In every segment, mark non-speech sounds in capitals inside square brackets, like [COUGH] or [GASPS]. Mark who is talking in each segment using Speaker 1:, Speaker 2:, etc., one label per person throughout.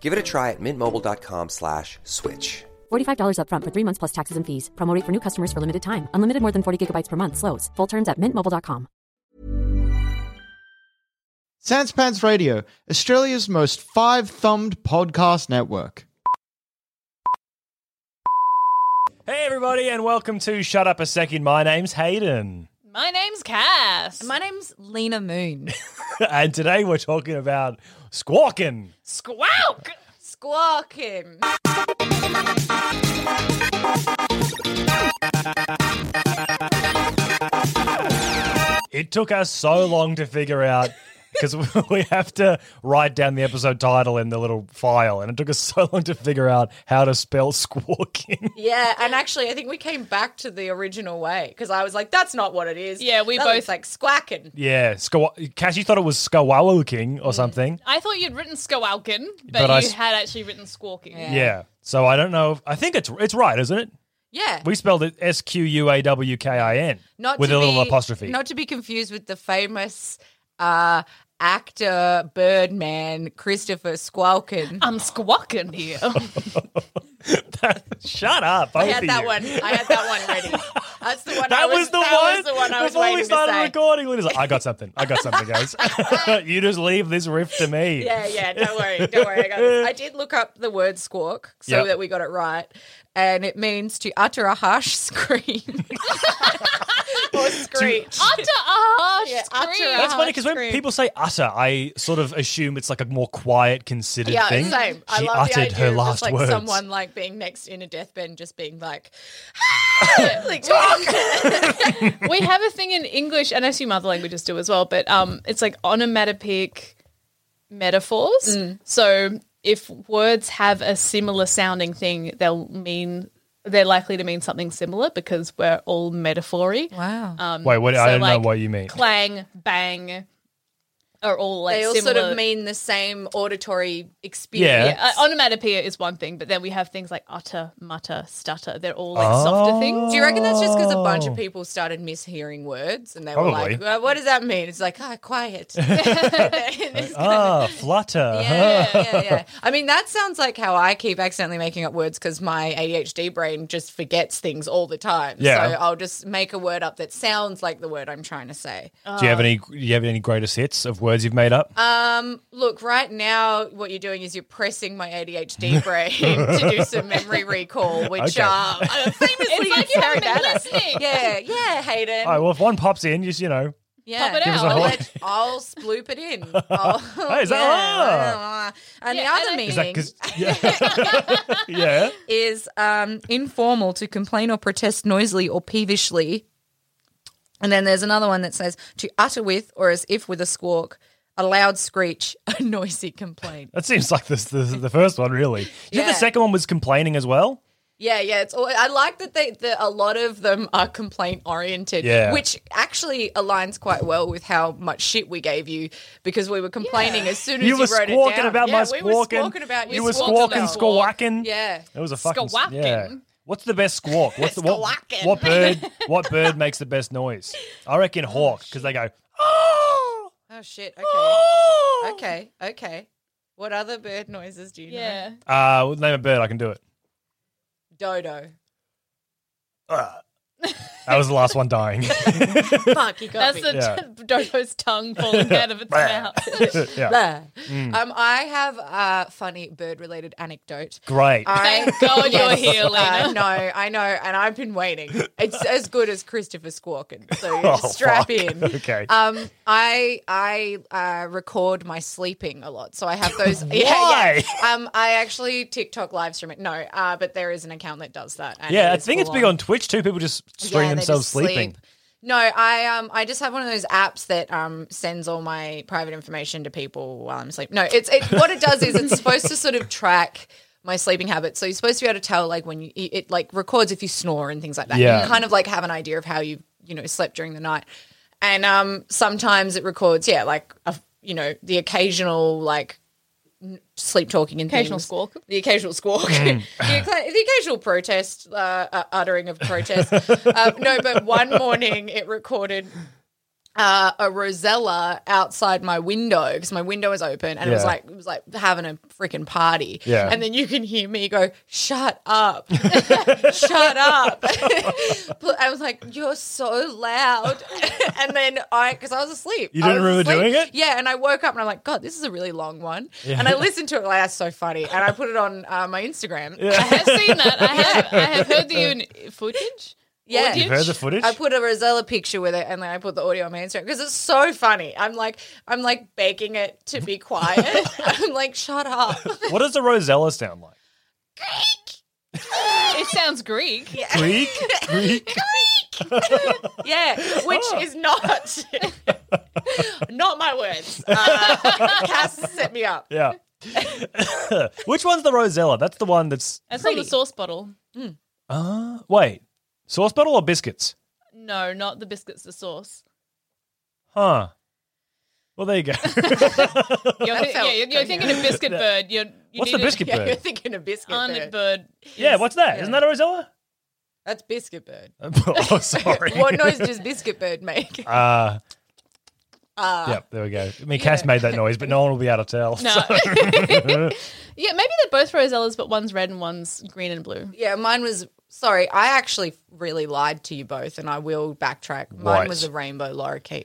Speaker 1: Give it a try at mintmobile.com slash switch.
Speaker 2: $45 upfront for three months plus taxes and fees. Promo rate for new customers for limited time. Unlimited more than 40 gigabytes per month. Slows. Full terms at mintmobile.com.
Speaker 3: Sanspants Radio, Australia's most five-thumbed podcast network.
Speaker 4: Hey, everybody, and welcome to Shut Up a Second. My name's Hayden, [LAUGHS]
Speaker 5: My name's Cass.
Speaker 6: My name's Lena [LAUGHS] Moon.
Speaker 4: and today we're talking about squawking.
Speaker 5: Squawk.
Speaker 6: Squawking.
Speaker 4: It took us so long to figure out because [LAUGHS] we have to write down the episode title in the little file, and it took us so long to figure out how to spell [LAUGHS] squawking.
Speaker 6: Yeah, and actually, I think we came back to the original way because I was like, "That's not what it is."
Speaker 5: Yeah, we
Speaker 6: That
Speaker 5: both-
Speaker 6: looks like squawking.
Speaker 4: Yeah, squaw- Cassie thought it was skawalking or something.
Speaker 5: I thought you'd written squawking, but,
Speaker 4: But
Speaker 5: you
Speaker 4: I s-
Speaker 5: had actually written squawking.
Speaker 4: Yeah. so I don't know. If, I think it's it's right, isn't it?
Speaker 6: Yeah,
Speaker 4: We spelled it S Q U A W K I N
Speaker 6: not
Speaker 4: with
Speaker 6: to
Speaker 4: a little
Speaker 6: be-
Speaker 4: apostrophe.
Speaker 6: Not to be confused with the famous uh, actor Birdman Christopher Squawken.
Speaker 5: I'm
Speaker 4: [LAUGHS]
Speaker 5: squawking here.
Speaker 4: [LAUGHS] Oh. Shut up!
Speaker 6: I
Speaker 4: both of
Speaker 6: had that
Speaker 4: you.
Speaker 6: one. I had that one ready. That's the one.
Speaker 4: [LAUGHS]
Speaker 6: I
Speaker 4: That was, the
Speaker 6: that
Speaker 4: one.
Speaker 6: Was the one I was
Speaker 4: before
Speaker 6: waiting
Speaker 4: we
Speaker 6: to
Speaker 4: started
Speaker 6: say.
Speaker 4: recording, Linda's like, "I got something. I got something,
Speaker 6: [LAUGHS]
Speaker 4: guys. [LAUGHS] you just leave this riff to me."
Speaker 6: Yeah, yeah. Don't worry. Don't worry. I, got this. I did look up the word squawk so
Speaker 4: Yep.
Speaker 6: that we got it right, and it means to utter a harsh [LAUGHS] scream or screech.
Speaker 5: utter a harsh
Speaker 6: Yeah, utter a
Speaker 5: scream.
Speaker 4: That's funny because when
Speaker 6: scream.
Speaker 4: people say "utter," I sort of assume it's like a more quiet, considered
Speaker 6: yeah,
Speaker 4: thing.
Speaker 6: same.
Speaker 4: She
Speaker 6: I love the
Speaker 4: uttered
Speaker 6: idea
Speaker 4: her
Speaker 6: of
Speaker 4: last
Speaker 6: just, like
Speaker 4: words.
Speaker 6: someone like being next in a deathbed, and just being like, "Ah!"
Speaker 4: [LAUGHS]
Speaker 6: like [LAUGHS] yeah,
Speaker 5: we have a thing in English, and I assume other languages do as well, but um, it's like onomatopoeic metaphors.
Speaker 6: Mm.
Speaker 5: So if words have a similar sounding thing, they'll mean they're likely to mean something similar because we're all metaphory.
Speaker 6: Wow.
Speaker 5: Um,
Speaker 4: Wait, what- I don't know what you mean.
Speaker 6: [LAUGHS]
Speaker 5: Clang, bang, are all like
Speaker 6: they all
Speaker 5: similar.
Speaker 6: sort of mean the same auditory
Speaker 4: Yeah.
Speaker 6: experience.
Speaker 5: Yeah, uh, onomatopoeia is one thing, but then we have things like utter, mutter, stutter. They're all like softer things.
Speaker 6: Do you reckon that's just because a bunch
Speaker 4: Oh.
Speaker 6: of people started mishearing words and they were
Speaker 4: Probably.
Speaker 6: like, well, what does that mean? It's like, ah, quiet.
Speaker 4: Ah, flutter. huh?
Speaker 6: Yeah, yeah, yeah. I mean, that sounds like how I keep accidentally making up words because my ADHD brain just forgets things all the time.
Speaker 4: Yeah.
Speaker 6: So I'll just make a word up that sounds like the word I'm trying to say.
Speaker 4: [LAUGHS] Do you have any? Do you have any greatest hits of words you've made up?
Speaker 6: Oh. Um, look, right now, what you're doing is you're pressing my ADHD brain [LAUGHS] to do some memory recall, which
Speaker 4: Okay.
Speaker 6: uh, famously
Speaker 5: It's like
Speaker 6: is
Speaker 5: you
Speaker 6: Harry
Speaker 5: haven't been
Speaker 6: Potter.
Speaker 5: listening.
Speaker 6: Yeah, yeah, Hayden.
Speaker 4: All right, well, if one pops in, just you know,
Speaker 6: Yeah,
Speaker 5: Pop it Give us
Speaker 4: a out.
Speaker 6: I'll,
Speaker 4: whole-
Speaker 6: let, I'll sploop it in. I'll,
Speaker 4: Hey, is that-
Speaker 6: [LAUGHS] and
Speaker 5: Yeah,
Speaker 6: the other
Speaker 5: and I
Speaker 6: meaning
Speaker 4: is
Speaker 6: is,
Speaker 4: that because? Yeah,
Speaker 6: [LAUGHS]
Speaker 4: [LAUGHS] yeah.
Speaker 6: um, informal to complain or protest noisily or peevishly. And then there's another one that says to utter with or as if with a squawk, a loud screech, a [LAUGHS] noisy complaint.
Speaker 4: That seems like this, this the first one really. You yeah.
Speaker 6: Yeah.
Speaker 4: the second one was complaining as well.
Speaker 6: Yeah, yeah. It's all, I like that they that a lot of them are complaint oriented.
Speaker 4: Yeah.
Speaker 6: Which actually aligns quite well with how much shit we gave you because we were complaining as soon as
Speaker 4: You
Speaker 6: you,
Speaker 4: were
Speaker 6: wrote it
Speaker 4: squawking
Speaker 6: down.
Speaker 4: about my
Speaker 6: yeah, we were
Speaker 4: squawking.
Speaker 6: squawking about
Speaker 4: You
Speaker 6: your
Speaker 4: were
Speaker 6: squawk
Speaker 4: squawking,
Speaker 6: about-
Speaker 4: squawking.
Speaker 6: Yeah.
Speaker 4: It was a fucking
Speaker 5: Squawking.
Speaker 4: yeah. What's the best squawk? What's the what,
Speaker 6: Squawking.
Speaker 4: what bird?
Speaker 6: [LAUGHS]
Speaker 4: What bird makes the best noise? I reckon hawk because they go oh
Speaker 6: Oh shit.
Speaker 4: [LAUGHS]
Speaker 6: Okay.
Speaker 4: oh.
Speaker 6: Okay. Okay. What other bird noises do you know?
Speaker 5: Yeah.
Speaker 4: Uh, name a bird. I can do it.
Speaker 6: Dodo.
Speaker 4: I was the last one
Speaker 6: [LAUGHS]
Speaker 4: dying. [LAUGHS]
Speaker 7: Fuck, you got
Speaker 5: That's
Speaker 7: me.
Speaker 5: the Dodo's tongue falling out of its mouth.
Speaker 4: yeah. Mm.
Speaker 6: Um, I have a funny bird related anecdote.
Speaker 4: Great.
Speaker 6: I,
Speaker 5: Thank God you're here,
Speaker 6: I
Speaker 5: Lena.
Speaker 6: know, I know, and I've been waiting.
Speaker 4: [LAUGHS]
Speaker 6: It's as good as Christopher Squawking, so just strap
Speaker 4: Oh, fuck.
Speaker 6: in.
Speaker 4: Okay.
Speaker 6: Um, I I uh, record my sleeping a lot, so I have
Speaker 4: [LAUGHS]
Speaker 6: those. [LAUGHS] yeah, yeah.
Speaker 4: Why?
Speaker 6: Um, I actually TikTok live stream it. No, uh, but there is an account that does that. and
Speaker 4: yeah,
Speaker 6: it
Speaker 4: I
Speaker 6: is
Speaker 4: think it's
Speaker 6: full
Speaker 4: big on Twitch too. People just stream
Speaker 6: yeah, they
Speaker 4: themselves
Speaker 6: just
Speaker 4: sleeping.
Speaker 6: Sleep. No, I um I just have one of those apps that um sends all my private information to people while I'm asleep. No, it's it, what it does is it's supposed to sort of track my sleeping habits. So you're supposed to be able to tell like when you it, it, like records if you snore and things like that.
Speaker 4: Yeah.
Speaker 6: You kind of like have an idea of how you you know slept during the night. And um sometimes it records yeah like a, you know the occasional like n- sleep talking and
Speaker 5: Occasional
Speaker 6: things.
Speaker 5: squawk.
Speaker 6: The occasional squawk,
Speaker 4: Mm.
Speaker 6: [LAUGHS] the, occa- the occasional protest, uh, uh, uttering of protest. um, no, but one morning it recorded uh, a Rosella outside my window because my window was open, and it was
Speaker 4: Yeah.
Speaker 6: like it was like having a freaking party.
Speaker 4: Yeah.
Speaker 6: and then you can hear me go, "Shut up, [LAUGHS] shut up." [LAUGHS] But I was like, "You're so loud," [LAUGHS] and then I because I was asleep.
Speaker 4: You
Speaker 6: I
Speaker 4: didn't
Speaker 6: was
Speaker 4: remember
Speaker 6: asleep.
Speaker 4: doing it?
Speaker 6: Yeah, and I woke up and I'm like, God, this is a really long one. And I listened to it like that's so funny, and I put it on uh, my Instagram.
Speaker 5: I have seen that. I have. I have heard the un- footage.
Speaker 6: [LAUGHS] Yeah.
Speaker 5: Audio?
Speaker 4: You've heard the footage?
Speaker 6: I put a Rosella picture with it, and then I put the audio on my Instagram because it's so funny. I'm like, I'm like begging it to be
Speaker 4: [LAUGHS]
Speaker 6: quiet. I'm like, shut up.
Speaker 4: what does the Rosella sound like?
Speaker 5: It sounds Greek.
Speaker 4: Greek?
Speaker 6: [LAUGHS]
Speaker 4: Greek? [LAUGHS]
Speaker 6: Yeah, which
Speaker 4: Oh.
Speaker 6: is not [LAUGHS] not my words. Uh, Cass set me up. [LAUGHS]
Speaker 4: Yeah. [LAUGHS] Which one's the Rosella? That's the one that's.
Speaker 5: That's not the sauce bottle.
Speaker 4: Uh, wait. Sauce bottle or biscuits?
Speaker 5: No, not the biscuits. The sauce.
Speaker 4: Huh. Well, there you go.
Speaker 5: You're, thi-
Speaker 6: felt
Speaker 5: yeah, you're, you're thinking of biscuit bird. You're, [LAUGHS] you
Speaker 4: [LAUGHS] What's the
Speaker 5: need a-
Speaker 4: biscuit
Speaker 6: Yeah, you're
Speaker 4: bird?
Speaker 6: thinking of biscuit
Speaker 5: Arnott
Speaker 6: bird.
Speaker 5: bird.
Speaker 4: Yeah, what's that? Isn't that a
Speaker 5: [LAUGHS]
Speaker 4: Rosella? [LAUGHS]
Speaker 6: That's biscuit bird.
Speaker 4: oh, sorry.
Speaker 6: What noise does biscuit bird make?
Speaker 4: Uh, yep, there we go. I mean, Cass made that noise, but no one will be able to tell.
Speaker 5: Ah. [LAUGHS]
Speaker 4: [LAUGHS]
Speaker 5: No. yeah, maybe they're both Rosellas, but one's red and one's green and blue.
Speaker 6: Yeah, mine was. Sorry, I actually really lied to you both, and I will backtrack. Mine
Speaker 4: Right.
Speaker 6: was a rainbow lorikeet.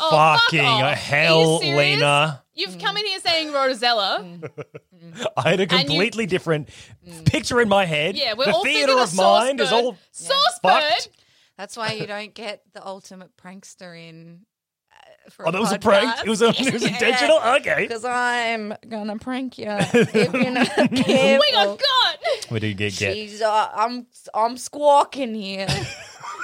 Speaker 5: Oh, fuck
Speaker 4: Fucking
Speaker 5: off. Are you
Speaker 4: hell,
Speaker 5: serious?
Speaker 4: Lena.
Speaker 6: Mm.
Speaker 5: You've come in here saying Rosella.
Speaker 4: I had a
Speaker 5: you- Mm.
Speaker 4: completely different picture in my head.
Speaker 5: [LAUGHS] Yeah, we're
Speaker 4: the
Speaker 5: all
Speaker 4: theater
Speaker 5: thinking
Speaker 4: of,
Speaker 5: of sauce
Speaker 4: mind is
Speaker 5: bird.
Speaker 4: all
Speaker 5: Sauce
Speaker 4: fucked.
Speaker 5: bird.
Speaker 6: That's why you don't get the ultimate prankster in. Uh, for
Speaker 4: Oh, that was a prank. It was, a,
Speaker 6: [LAUGHS]
Speaker 4: it was
Speaker 5: [LAUGHS]
Speaker 4: intentional. Okay,
Speaker 6: Because I'm gonna prank you if
Speaker 4: [LAUGHS]
Speaker 6: you're not
Speaker 4: Oh
Speaker 6: careful.
Speaker 5: We got God.
Speaker 4: we did get get.
Speaker 6: She's, uh, I'm I'm squawking here.
Speaker 4: [LAUGHS]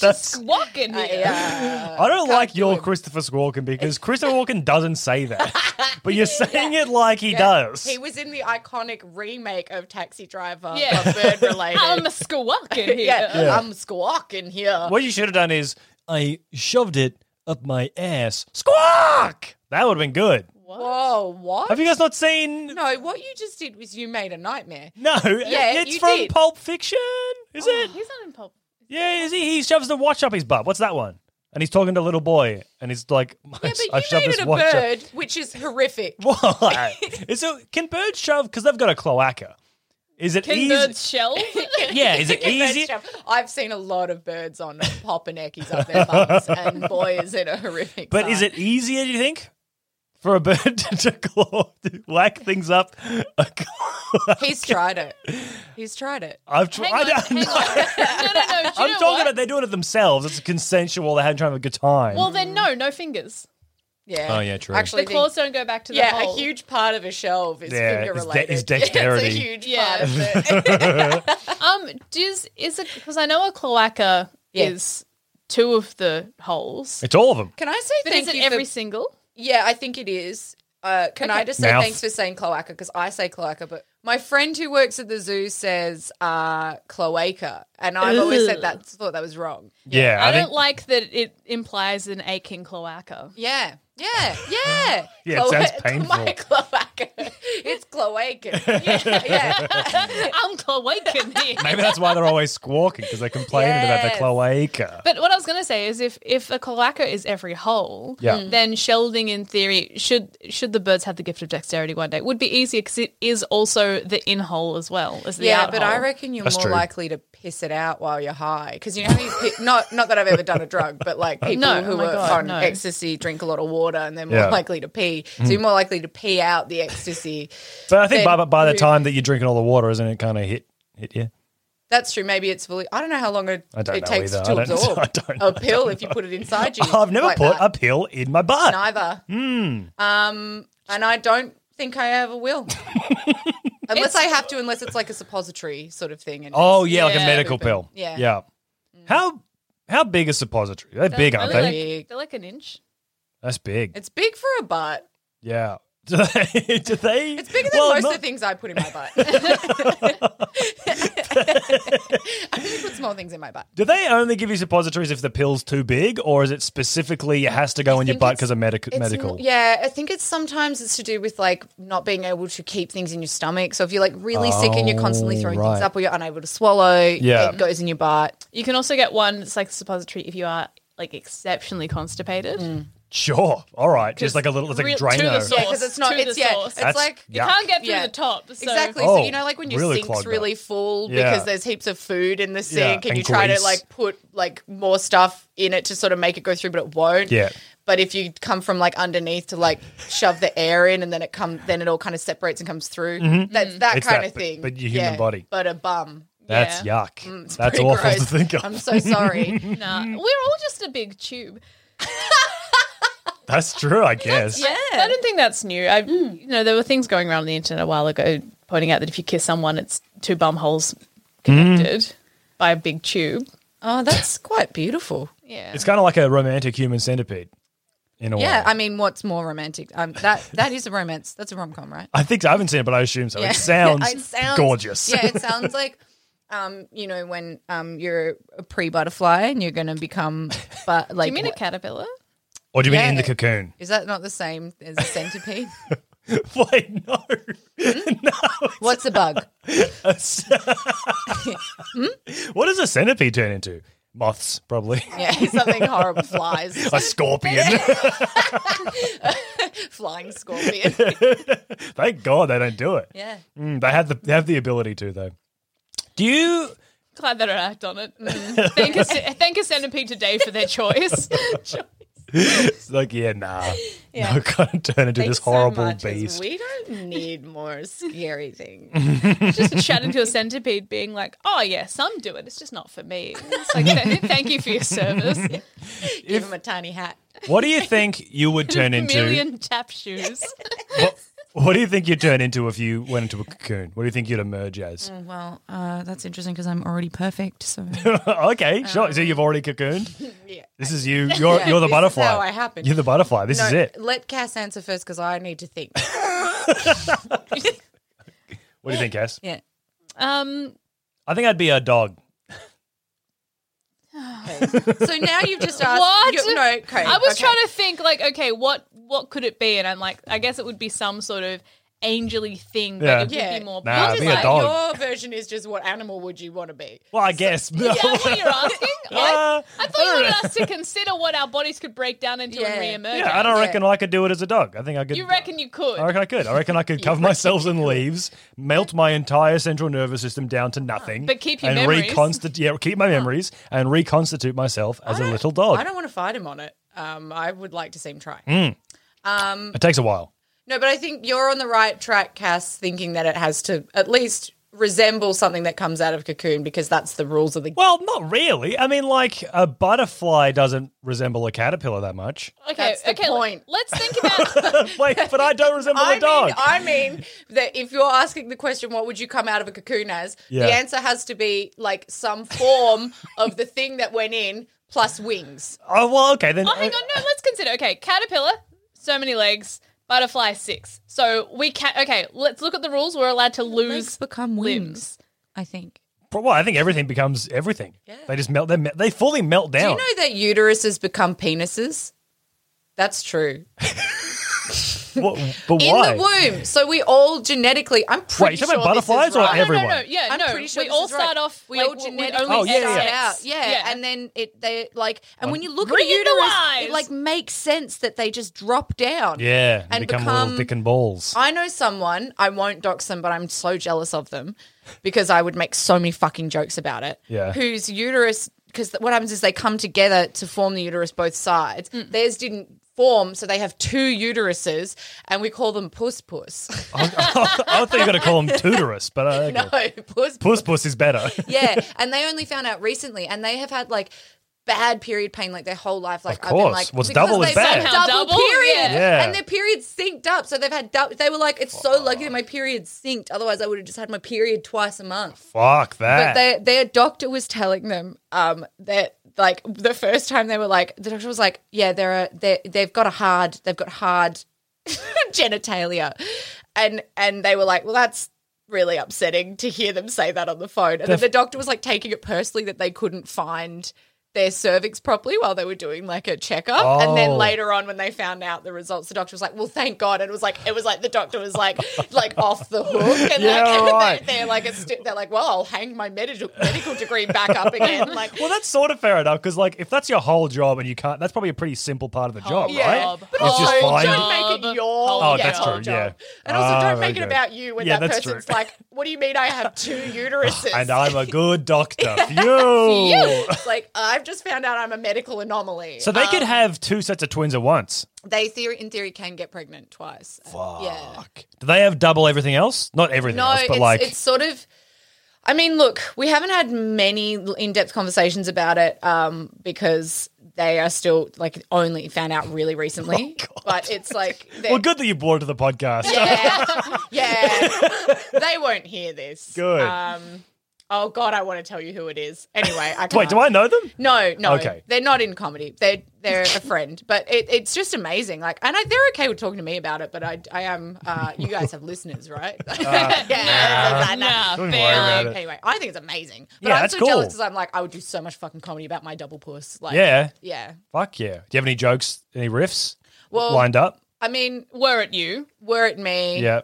Speaker 4: That's.
Speaker 5: Walking here.
Speaker 6: yeah.
Speaker 4: I don't like your Christopher Walken because Christopher Walken doesn't say
Speaker 6: [LAUGHS]
Speaker 4: that, but you're saying it like he does.
Speaker 6: He was in the iconic remake of Taxi Driver.
Speaker 5: Yeah.
Speaker 6: but bird [LAUGHS] related.
Speaker 5: [LAUGHS] I'm a squawking here.
Speaker 6: [LAUGHS] yeah, I'm squawking here.
Speaker 4: What you should have done is I shoved it up my ass. Squawk! That would have been good.
Speaker 6: Whoa, what?
Speaker 4: Have you guys not seen?
Speaker 6: No, what you just did was you made a nightmare.
Speaker 4: No,
Speaker 6: Yeah,
Speaker 4: it's
Speaker 6: you
Speaker 4: from
Speaker 6: did. Oh,
Speaker 4: Pulp Fiction. Is it?
Speaker 5: He's not in pulp.
Speaker 4: Yeah, is he? He shoves the watch up his butt. What's that one? And he's talking to a little boy, and he's like, [LAUGHS]
Speaker 6: Yeah,
Speaker 4: "I've
Speaker 6: but you
Speaker 4: shoved
Speaker 6: made
Speaker 4: this
Speaker 6: it a
Speaker 4: watch up."
Speaker 6: bird, which is horrific.
Speaker 4: [LAUGHS] Why?
Speaker 6: [LAUGHS]
Speaker 4: is it? Can birds shove? Because they've got a cloaca. Is it
Speaker 5: Can
Speaker 4: easy? [LAUGHS]
Speaker 5: birds shelve?
Speaker 4: Yeah, [LAUGHS]
Speaker 6: [LAUGHS]
Speaker 4: is it
Speaker 6: Bird
Speaker 4: easy?
Speaker 6: stuff. I've seen a lot of birds on poppeneckies up their
Speaker 4: [LAUGHS]
Speaker 6: bums, and boy, is it a horrific.
Speaker 4: But is
Speaker 5: Uh,
Speaker 6: sight.
Speaker 4: it easier? Do you think? For a bird [LAUGHS] to claw, to whack things up, a cloaca?
Speaker 6: He's tried it. He's tried it.
Speaker 4: [LAUGHS] I've tried.
Speaker 5: Hang on,
Speaker 4: I don't
Speaker 5: [LAUGHS] hang
Speaker 4: know.
Speaker 5: on. No, no, no.
Speaker 4: I'm
Speaker 5: Do you know
Speaker 4: talking
Speaker 5: what?
Speaker 4: about they're doing it themselves. It's consensual. They had trying to have a good time.
Speaker 5: Well, then no, no fingers.
Speaker 6: Yeah.
Speaker 4: Oh, yeah, true.
Speaker 6: Actually,
Speaker 5: The
Speaker 6: the-
Speaker 5: claws don't go back to the
Speaker 6: yeah,
Speaker 5: hole.
Speaker 6: a huge part of a shelf is
Speaker 4: Yeah,
Speaker 6: finger
Speaker 4: it's de-
Speaker 6: [LAUGHS] related.
Speaker 4: it's dexterity.
Speaker 6: it's a huge
Speaker 5: Yeah.
Speaker 6: part of it.
Speaker 5: Um, does is it because I know a cloaca
Speaker 6: Yeah.
Speaker 5: is two of the holes,
Speaker 4: it's all of them.
Speaker 6: Can I say
Speaker 5: but
Speaker 6: thank
Speaker 5: is it
Speaker 6: you
Speaker 5: every
Speaker 6: for?
Speaker 5: single?
Speaker 6: Yeah, I think it is. Uh, can I just say
Speaker 4: Mouth.
Speaker 6: thanks for saying cloaca because I say cloaca, but my friend who works at the zoo says uh, cloaca, and I've always said that thought that was wrong.
Speaker 4: Yeah,
Speaker 5: I,
Speaker 4: I,
Speaker 5: don't
Speaker 4: think
Speaker 5: like that it implies an aching cloaca.
Speaker 6: Yeah, Yeah, yeah.
Speaker 4: [LAUGHS] Yeah, it sounds painful.
Speaker 6: [LAUGHS] My cloaca. It's cloaca.
Speaker 4: [LAUGHS]
Speaker 6: Yeah,
Speaker 5: [LAUGHS]
Speaker 6: yeah.
Speaker 5: [LAUGHS] I'm
Speaker 6: [LAUGHS]
Speaker 5: awaken here.
Speaker 4: Maybe that's why they're always squawking because they complain about the
Speaker 6: Yes.
Speaker 4: cloaca.
Speaker 5: But what I was going to say is, if if a cloaca is every hole,
Speaker 4: Yeah.
Speaker 6: Hmm.
Speaker 4: Mm.
Speaker 5: then shelding in theory should should the birds have the gift of dexterity one day would be easier because it is also the in hole as well as the
Speaker 6: yeah,
Speaker 5: out
Speaker 6: but
Speaker 5: hole.
Speaker 6: I reckon you're
Speaker 4: That's
Speaker 6: more
Speaker 4: true.
Speaker 6: likely to piss it out while you're high because you know how you pe- not not that I've ever done a drug, but like
Speaker 5: [LAUGHS]
Speaker 6: people
Speaker 5: No, oh
Speaker 6: who
Speaker 5: my
Speaker 6: are
Speaker 5: God,
Speaker 6: on
Speaker 5: no.
Speaker 6: ecstasy drink a lot of water and they're more
Speaker 4: Yeah. Mm.
Speaker 6: likely to pee. So you're more likely to pee out the ecstasy.
Speaker 4: But I think by,
Speaker 6: then
Speaker 4: by the
Speaker 6: who-
Speaker 4: time that you're drinking all the water, isn't it kind of hit hit you?
Speaker 6: That's true. Maybe it's fully. I don't know how long it,
Speaker 4: I don't
Speaker 6: it
Speaker 4: know
Speaker 6: takes
Speaker 4: either.
Speaker 6: to
Speaker 4: I don't- [LAUGHS]
Speaker 6: absorb
Speaker 4: I don't- I
Speaker 6: a pill if you put it inside you.
Speaker 4: [LAUGHS] I've never
Speaker 6: like
Speaker 4: put
Speaker 6: that.
Speaker 4: a Hmm. pill in my butt.
Speaker 6: neither. Um, and I don't think I
Speaker 4: [LAUGHS]
Speaker 6: ever will, unless I have to. Unless it's like a suppository sort of thing. And
Speaker 4: Oh
Speaker 6: it's-
Speaker 4: yeah, like a
Speaker 5: Yeah. Mm.
Speaker 4: medical
Speaker 6: Pooping.
Speaker 4: pill.
Speaker 6: Yeah.
Speaker 4: yeah. How how big is suppository? They're big, aren't
Speaker 5: They're
Speaker 4: they?
Speaker 5: like-
Speaker 6: Big.
Speaker 5: they're like an inch.
Speaker 4: That's big.
Speaker 6: it's big for a butt.
Speaker 4: yeah. [LAUGHS] Do they? Do they
Speaker 6: It's bigger than
Speaker 4: well,
Speaker 6: most
Speaker 4: not-
Speaker 6: of the things I put in my
Speaker 4: [LAUGHS]
Speaker 6: butt. [LAUGHS] I only put small things in my butt.
Speaker 4: Do they only give you suppositories if the pill's too big, or is it specifically it has to go in your
Speaker 6: think
Speaker 4: butt
Speaker 6: it's-
Speaker 4: because of medic-
Speaker 6: It's
Speaker 4: medical?
Speaker 6: n- yeah, I think it's sometimes it's to do with like not being able to keep things in your stomach. So if you're like really sick and you're constantly
Speaker 4: Oh,
Speaker 6: throwing
Speaker 4: right.
Speaker 6: things up or you're unable to swallow,
Speaker 4: Yeah.
Speaker 6: it goes in your butt.
Speaker 5: You can also get one that's like a suppository if you are like exceptionally constipated.
Speaker 4: Hmm. Sure. All right. Just like a little, it's like
Speaker 5: real-
Speaker 4: a
Speaker 5: to the
Speaker 4: Drano.
Speaker 5: source.
Speaker 6: Yeah, because it's not.
Speaker 5: To the
Speaker 6: It's yeah.
Speaker 5: source.
Speaker 6: It's
Speaker 4: That's-
Speaker 6: like
Speaker 5: You
Speaker 4: Yuck.
Speaker 5: can't get through
Speaker 6: Yeah.
Speaker 5: the top. So.
Speaker 6: Exactly.
Speaker 4: Oh,
Speaker 6: so you know, like when your
Speaker 4: really
Speaker 6: sink's
Speaker 4: clogged up.
Speaker 6: really full
Speaker 4: Yeah.
Speaker 6: because there's heaps of food in the
Speaker 4: Yeah,
Speaker 6: sink, and,
Speaker 4: and
Speaker 6: you try to
Speaker 4: grease.
Speaker 6: like put like more stuff in it to sort of make it go through, but it won't.
Speaker 4: Yeah.
Speaker 6: But if you come from like underneath to like shove the air in, and then it come, then it all kind of separates and comes through. That's that
Speaker 4: Mm-hmm. It's
Speaker 6: kind
Speaker 4: that,
Speaker 6: of
Speaker 4: but-
Speaker 6: thing.
Speaker 4: but your human body.
Speaker 6: But a bum.
Speaker 4: That's
Speaker 5: Yeah.
Speaker 4: yuck. That's
Speaker 6: Mm, Pretty
Speaker 4: awful to
Speaker 6: gross.
Speaker 4: think of.
Speaker 6: I'm
Speaker 4: [LAUGHS]
Speaker 6: so sorry.
Speaker 5: Nah, we're all just a big tube.
Speaker 4: That's true,
Speaker 6: [LAUGHS]
Speaker 4: I guess.
Speaker 5: Yeah, I don't think that's new. I, you know, there were things going around on the internet a while ago pointing out that if you kiss someone, it's two bum holes connected by a big tube.
Speaker 6: oh, that's quite beautiful.
Speaker 5: Yeah,
Speaker 4: It's kind of like a romantic human centipede, in a
Speaker 6: Yeah,
Speaker 4: way.
Speaker 6: I mean, what's more romantic? Um, that that is a romance. That's a rom com, right?
Speaker 4: I think I haven't seen it, but I assume so.
Speaker 6: Yeah. [LAUGHS]
Speaker 4: It, sounds
Speaker 6: It sounds-
Speaker 4: gorgeous. [LAUGHS]
Speaker 6: Yeah, it sounds like um, you know, when um you're a pre butterfly and you're gonna become [LAUGHS] but
Speaker 5: Do
Speaker 6: like
Speaker 5: you mean a
Speaker 6: what-
Speaker 5: caterpillar?
Speaker 4: or do you mean in
Speaker 6: Yeah.
Speaker 4: the cocoon? [LAUGHS]
Speaker 6: is that not the same as a centipede?
Speaker 4: Wait, no.
Speaker 6: What's a bug?
Speaker 4: [LAUGHS] What does a centipede turn into? Moths, probably.
Speaker 6: [LAUGHS] Yeah, something
Speaker 4: [LAUGHS]
Speaker 6: horrible flies.
Speaker 4: A
Speaker 6: [LAUGHS]
Speaker 4: scorpion. [LAUGHS]
Speaker 6: Flying scorpion.
Speaker 4: Thank God they don't do it.
Speaker 6: Yeah.
Speaker 4: Mm, they have the they have the ability to though. Do you
Speaker 5: Glad they don't act on it. [LAUGHS] thank, a, thank a centipede today for their choice. [LAUGHS]
Speaker 4: It's like, yeah,
Speaker 6: [LAUGHS]
Speaker 4: nah. No, [LAUGHS] can't turn into this horrible beast.
Speaker 6: We don't need more scary things.
Speaker 4: [LAUGHS]
Speaker 5: just chatting to a centipede, being like, "Oh yeah, some do it. It's just not for me." It's like, th- thank you for your service.
Speaker 6: Give him a tiny hat.
Speaker 4: What do you think you
Speaker 6: [LAUGHS]
Speaker 4: would turn into?
Speaker 5: Million tap shoes.
Speaker 4: What, what do you think you'd turn into if you went into a cocoon? What do you think you'd emerge as?
Speaker 6: Well, uh, that's interesting because I'm already
Speaker 4: [LAUGHS]
Speaker 6: perfect. So
Speaker 4: okay, sure. So you've already cocooned.
Speaker 6: Uh-huh. [LAUGHS] yeah.
Speaker 4: This is you. You're
Speaker 6: [LAUGHS] Yeah,
Speaker 4: you're the
Speaker 6: this is
Speaker 4: butterfly.
Speaker 6: how I happened.
Speaker 4: You're the butterfly. This is it.
Speaker 6: Let Cass answer first because I need to think.
Speaker 4: What do you think, Cass?
Speaker 6: [LAUGHS] Yeah.
Speaker 5: Um,
Speaker 4: I think I'd be a dog.
Speaker 6: So now you've just asked.
Speaker 5: What?
Speaker 6: you- no, okay.
Speaker 5: I was
Speaker 6: okay.
Speaker 5: trying to think like, okay, what what could it be? And I'm like, I guess it would be some sort of angely thing,
Speaker 4: Yeah.
Speaker 5: but it
Speaker 6: Yeah.
Speaker 5: would be more.
Speaker 4: Nah, I [LAUGHS]
Speaker 5: What is
Speaker 4: think a
Speaker 5: it?
Speaker 4: dog.
Speaker 6: Your version is just what animal would you want to be?
Speaker 4: Well, I guess. [LAUGHS]
Speaker 5: [LAUGHS] Is that what you're asking?
Speaker 4: Uh,
Speaker 5: I, I thought you wanted us to consider what our bodies could break down into
Speaker 6: Yeah.
Speaker 5: and reemerge.
Speaker 4: yeah, I
Speaker 5: as.
Speaker 4: don't reckon I could do it as a dog. I think I could.
Speaker 5: You reckon you could?
Speaker 4: I reckon I could. I reckon I
Speaker 6: [LAUGHS]
Speaker 4: could cover myself in leaves, melt my entire central nervous system down to nothing,
Speaker 5: But keep your
Speaker 4: and
Speaker 5: memories.
Speaker 4: reconstitute. Yeah, keep my memories and reconstitute myself as a little dog. Mm.
Speaker 6: I don't want to fight him on it. Um, I would like to see him try.
Speaker 4: It takes a while.
Speaker 6: No, but I think you're on the right track, Cass, thinking that it has to at least resemble something that comes out of cocoon because that's the rules of the game.
Speaker 4: Well, not really. I mean, like a butterfly doesn't resemble a caterpillar that much. [LAUGHS]
Speaker 5: Okay,
Speaker 6: That's the
Speaker 5: okay. l-
Speaker 6: point.
Speaker 5: Let's think
Speaker 6: [LAUGHS]
Speaker 5: about.
Speaker 4: Wait, but I don't resemble
Speaker 6: I
Speaker 4: a dog.
Speaker 6: mean, I mean that if you're asking the question, what would you come out of a cocoon as?
Speaker 4: Yeah.
Speaker 6: The answer has to be like
Speaker 4: [LAUGHS]
Speaker 6: some form of the thing that went in plus wings.
Speaker 4: oh well, okay then.
Speaker 5: oh, hang on. No, let's consider. Okay, caterpillar, so many legs. Butterfly six. So we can. Okay, let's look at the rules. We're allowed to lose
Speaker 6: become
Speaker 5: limbs.
Speaker 6: I think.
Speaker 4: But, Well, I think everything becomes everything. They just melt. They me- they fully melt
Speaker 6: Do
Speaker 4: down.
Speaker 6: you know that uteruses become penises? That's true.
Speaker 4: What, but
Speaker 6: In
Speaker 4: why?
Speaker 6: the womb. So we all genetically, I'm pretty
Speaker 4: Wait, you
Speaker 6: sure.
Speaker 4: talking about
Speaker 6: this is
Speaker 4: butterflies or
Speaker 6: right.
Speaker 4: everyone?
Speaker 5: No, no, no. Yeah,
Speaker 6: I'm
Speaker 5: no.
Speaker 6: pretty sure
Speaker 5: we
Speaker 6: this
Speaker 5: all
Speaker 6: is right.
Speaker 5: start off.
Speaker 6: We
Speaker 5: like,
Speaker 6: all
Speaker 5: w- with
Speaker 6: genetically
Speaker 5: only
Speaker 4: Oh, yeah,
Speaker 6: start
Speaker 4: yeah.
Speaker 6: out, yeah, and then it they like, and when you look at a
Speaker 5: Read the
Speaker 6: uterus,
Speaker 5: lies.
Speaker 6: it like makes sense that they just drop down,
Speaker 4: yeah,
Speaker 6: and
Speaker 4: become,
Speaker 6: become,
Speaker 4: little dick and balls.
Speaker 6: I know someone. I won't dox them, but I'm so jealous of them because I would make so many fucking jokes about it.
Speaker 4: Yeah.
Speaker 6: Whose uterus? Because what happens is they come together to form the uterus, both sides.
Speaker 5: Mm.
Speaker 6: Theirs didn't form, so they have two uteruses, and we call them puss puss.
Speaker 4: [LAUGHS] I thought you were going to call
Speaker 6: [LAUGHS]
Speaker 4: them tutorous, but uh, okay.
Speaker 6: no, puss
Speaker 4: puss puss is
Speaker 6: [LAUGHS]
Speaker 4: better. [LAUGHS]
Speaker 6: yeah, and they only found out recently, and they have had like bad period pain like their whole life. Like
Speaker 4: Of
Speaker 6: I've been
Speaker 4: course.
Speaker 6: like
Speaker 4: What's
Speaker 6: because
Speaker 4: double is
Speaker 6: they've
Speaker 4: bad.
Speaker 6: had
Speaker 5: Somehow
Speaker 6: double,
Speaker 5: double,
Speaker 6: period,
Speaker 5: yeah.
Speaker 4: Yeah.
Speaker 6: and their periods synced up. So they've had dou- they were like, it's so lucky that my period synced. Otherwise, I would have just had my period twice a month.
Speaker 4: Fuck that.
Speaker 6: But their their doctor was telling them um, that like the first time they were like the doctor was like, yeah, they're a, they they've got a hard they've got hard [LAUGHS] genitalia, and and they were like, well, that's really upsetting to hear them say that on the phone. And then the doctor was like taking it personally that they couldn't find their cervix properly while they were doing like a checkup. And then
Speaker 4: Oh.
Speaker 6: later on when they found out the results, the doctor was like, Well, thank God. And it was like it was like the doctor was like like off the hook. And
Speaker 4: Yeah,
Speaker 6: like [LAUGHS]
Speaker 4: right.
Speaker 6: they, they're like it's they're like, Well, I'll hang my medical medical degree back up again. Like
Speaker 4: well, that's sort of fair enough because, like, if that's your whole job and you can't, that's probably a pretty simple part of the job,
Speaker 6: Oh, yeah,
Speaker 4: right?
Speaker 6: but
Speaker 4: It's
Speaker 6: also
Speaker 4: just find-
Speaker 6: don't make it your
Speaker 5: Oh,
Speaker 6: yeah,
Speaker 4: that's
Speaker 6: whole
Speaker 4: true,
Speaker 6: job.
Speaker 4: yeah.
Speaker 6: and also
Speaker 4: Ah,
Speaker 6: don't make it
Speaker 4: okay.
Speaker 6: about you when
Speaker 4: Yeah,
Speaker 6: that
Speaker 4: that's true.
Speaker 6: person's like, "What do you mean I
Speaker 4: [SIGHS]
Speaker 6: have two uteruses?"
Speaker 4: and I'm a good
Speaker 6: [LAUGHS]
Speaker 4: doctor. Phew.
Speaker 6: It's like I've just found out I'm a medical anomaly.
Speaker 4: So they could have two sets of twins at once.
Speaker 6: they theory in theory can get pregnant twice. Uh, Yeah.
Speaker 4: Do they have double everything else? Not everything
Speaker 6: No,
Speaker 4: else, but
Speaker 6: it's,
Speaker 4: like
Speaker 6: it's sort of. I mean, look, we haven't had many in-depth conversations about it um, because they are still like only found out
Speaker 4: [LAUGHS]
Speaker 6: really recently. but it's like, they're-
Speaker 4: Oh, well, good that you brought it to the podcast.
Speaker 6: [LAUGHS] yeah, yeah, they won't hear this.
Speaker 4: [LAUGHS] Good.
Speaker 6: Um, oh God, I want to tell you who it is. Anyway, I can't.
Speaker 4: Wait, do I know them?
Speaker 6: No, no.
Speaker 4: Okay.
Speaker 6: They're not in comedy. They're they're a friend, but it, it's just amazing. Like, and I, they're okay with talking to me about it, but I I am. Uh, you guys have listeners, right? [LAUGHS]
Speaker 4: Uh,
Speaker 6: yeah.
Speaker 5: Nah,
Speaker 4: Don't worry
Speaker 5: fair.
Speaker 4: about it.
Speaker 6: Anyway, I think it's amazing. But
Speaker 4: Yeah,
Speaker 6: I'm
Speaker 4: that's
Speaker 6: so
Speaker 4: cool.
Speaker 6: jealous because I'm like, I would do so much fucking comedy about my double puss. Like,
Speaker 4: Yeah.
Speaker 6: yeah.
Speaker 4: Fuck yeah. Do you have any jokes, any riffs
Speaker 6: Well-
Speaker 4: lined up?
Speaker 6: I mean,
Speaker 5: Were it you?
Speaker 6: were it me,
Speaker 4: Yeah.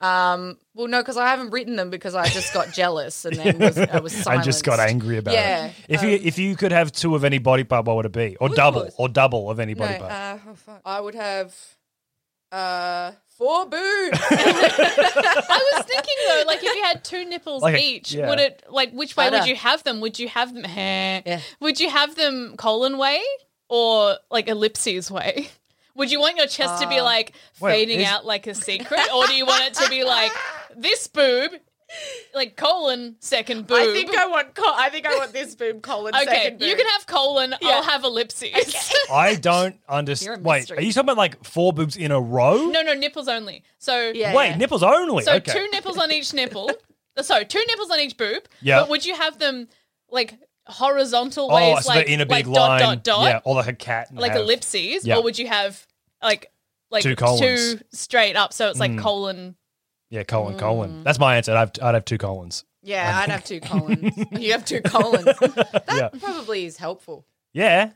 Speaker 6: Um, well, no, because I haven't written them because I just got jealous and then was, I was
Speaker 4: [LAUGHS] I
Speaker 6: silenced.
Speaker 4: just got angry about
Speaker 6: Yeah,
Speaker 4: it. If you if you could have two of any body part, what would it be? Or double, or double of any
Speaker 6: No,
Speaker 4: body part.
Speaker 6: uh, oh, fuck. I would have uh [LAUGHS] four boobs.
Speaker 5: I was thinking though, like if you had two
Speaker 4: [LAUGHS]
Speaker 5: nipples
Speaker 4: Like a-
Speaker 5: each,
Speaker 4: yeah.
Speaker 5: would it like which way
Speaker 6: Better.
Speaker 5: would you have them? Would you have them? [LAUGHS] Heh. Would you have them colon way or like ellipses way? Would you want your chest to
Speaker 6: Uh,
Speaker 5: be like
Speaker 4: Wait,
Speaker 5: fading
Speaker 4: is-
Speaker 5: out like a secret, or do you want it to be
Speaker 6: [LAUGHS]
Speaker 5: like this boob, like colon second boob?
Speaker 6: I think I want. Col- I think I want this boob, Colin.
Speaker 5: okay,
Speaker 6: second
Speaker 5: you
Speaker 6: boob.
Speaker 5: can have colon. I'll have ellipses.
Speaker 4: I don't
Speaker 6: You're a
Speaker 4: understand. Wait,
Speaker 6: mystery.
Speaker 4: are you talking about like four boobs in a row?
Speaker 5: [LAUGHS] no, no nipples only. So
Speaker 6: Yeah.
Speaker 4: Wait, nipples only.
Speaker 5: So
Speaker 4: okay.
Speaker 5: two nipples on
Speaker 4: [LAUGHS]
Speaker 5: each nipple. so two nipples on each boob.
Speaker 4: Yeah.
Speaker 5: But would you have them like horizontal
Speaker 4: oh,
Speaker 5: ways,
Speaker 4: so
Speaker 5: like,
Speaker 4: they're in a
Speaker 5: like
Speaker 4: big
Speaker 5: dot
Speaker 4: line.
Speaker 5: dot dot,
Speaker 4: Yeah, or like a cat. and
Speaker 5: like
Speaker 4: have-
Speaker 5: ellipses,
Speaker 4: Yeah.
Speaker 5: or would you have like like
Speaker 4: Two colons. Hmm.
Speaker 5: straight up? So it's like colon.
Speaker 4: Yeah, colon,
Speaker 5: Mm.
Speaker 4: colon. That's my answer. I'd have, I'd have two colons.
Speaker 6: Yeah, I'd have two
Speaker 4: [LAUGHS]
Speaker 6: Colins. you have two Colins. That probably is helpful.
Speaker 4: Yeah.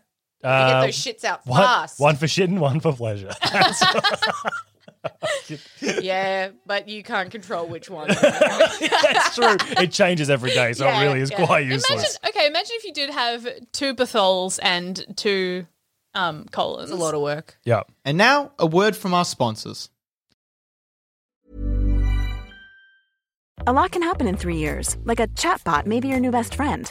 Speaker 6: You
Speaker 4: Uh,
Speaker 6: get those shits
Speaker 4: [LAUGHS]
Speaker 6: out
Speaker 4: one,
Speaker 6: fast.
Speaker 4: one for shit and one for pleasure. [LAUGHS]
Speaker 6: Yeah, but you can't control which
Speaker 5: [LAUGHS]
Speaker 6: one.
Speaker 4: That's true. It changes every day, so
Speaker 6: Yeah,
Speaker 4: it really is
Speaker 6: yeah.
Speaker 4: quite
Speaker 5: Imagine
Speaker 4: useless.
Speaker 5: okay, imagine if you did have two Bethols and two um colons.
Speaker 6: It's a lot of work.
Speaker 4: yeah. [LAUGHS]
Speaker 3: And now, a word from our sponsors.
Speaker 7: A lot can happen in three years, like a chatbot may be your new best friend.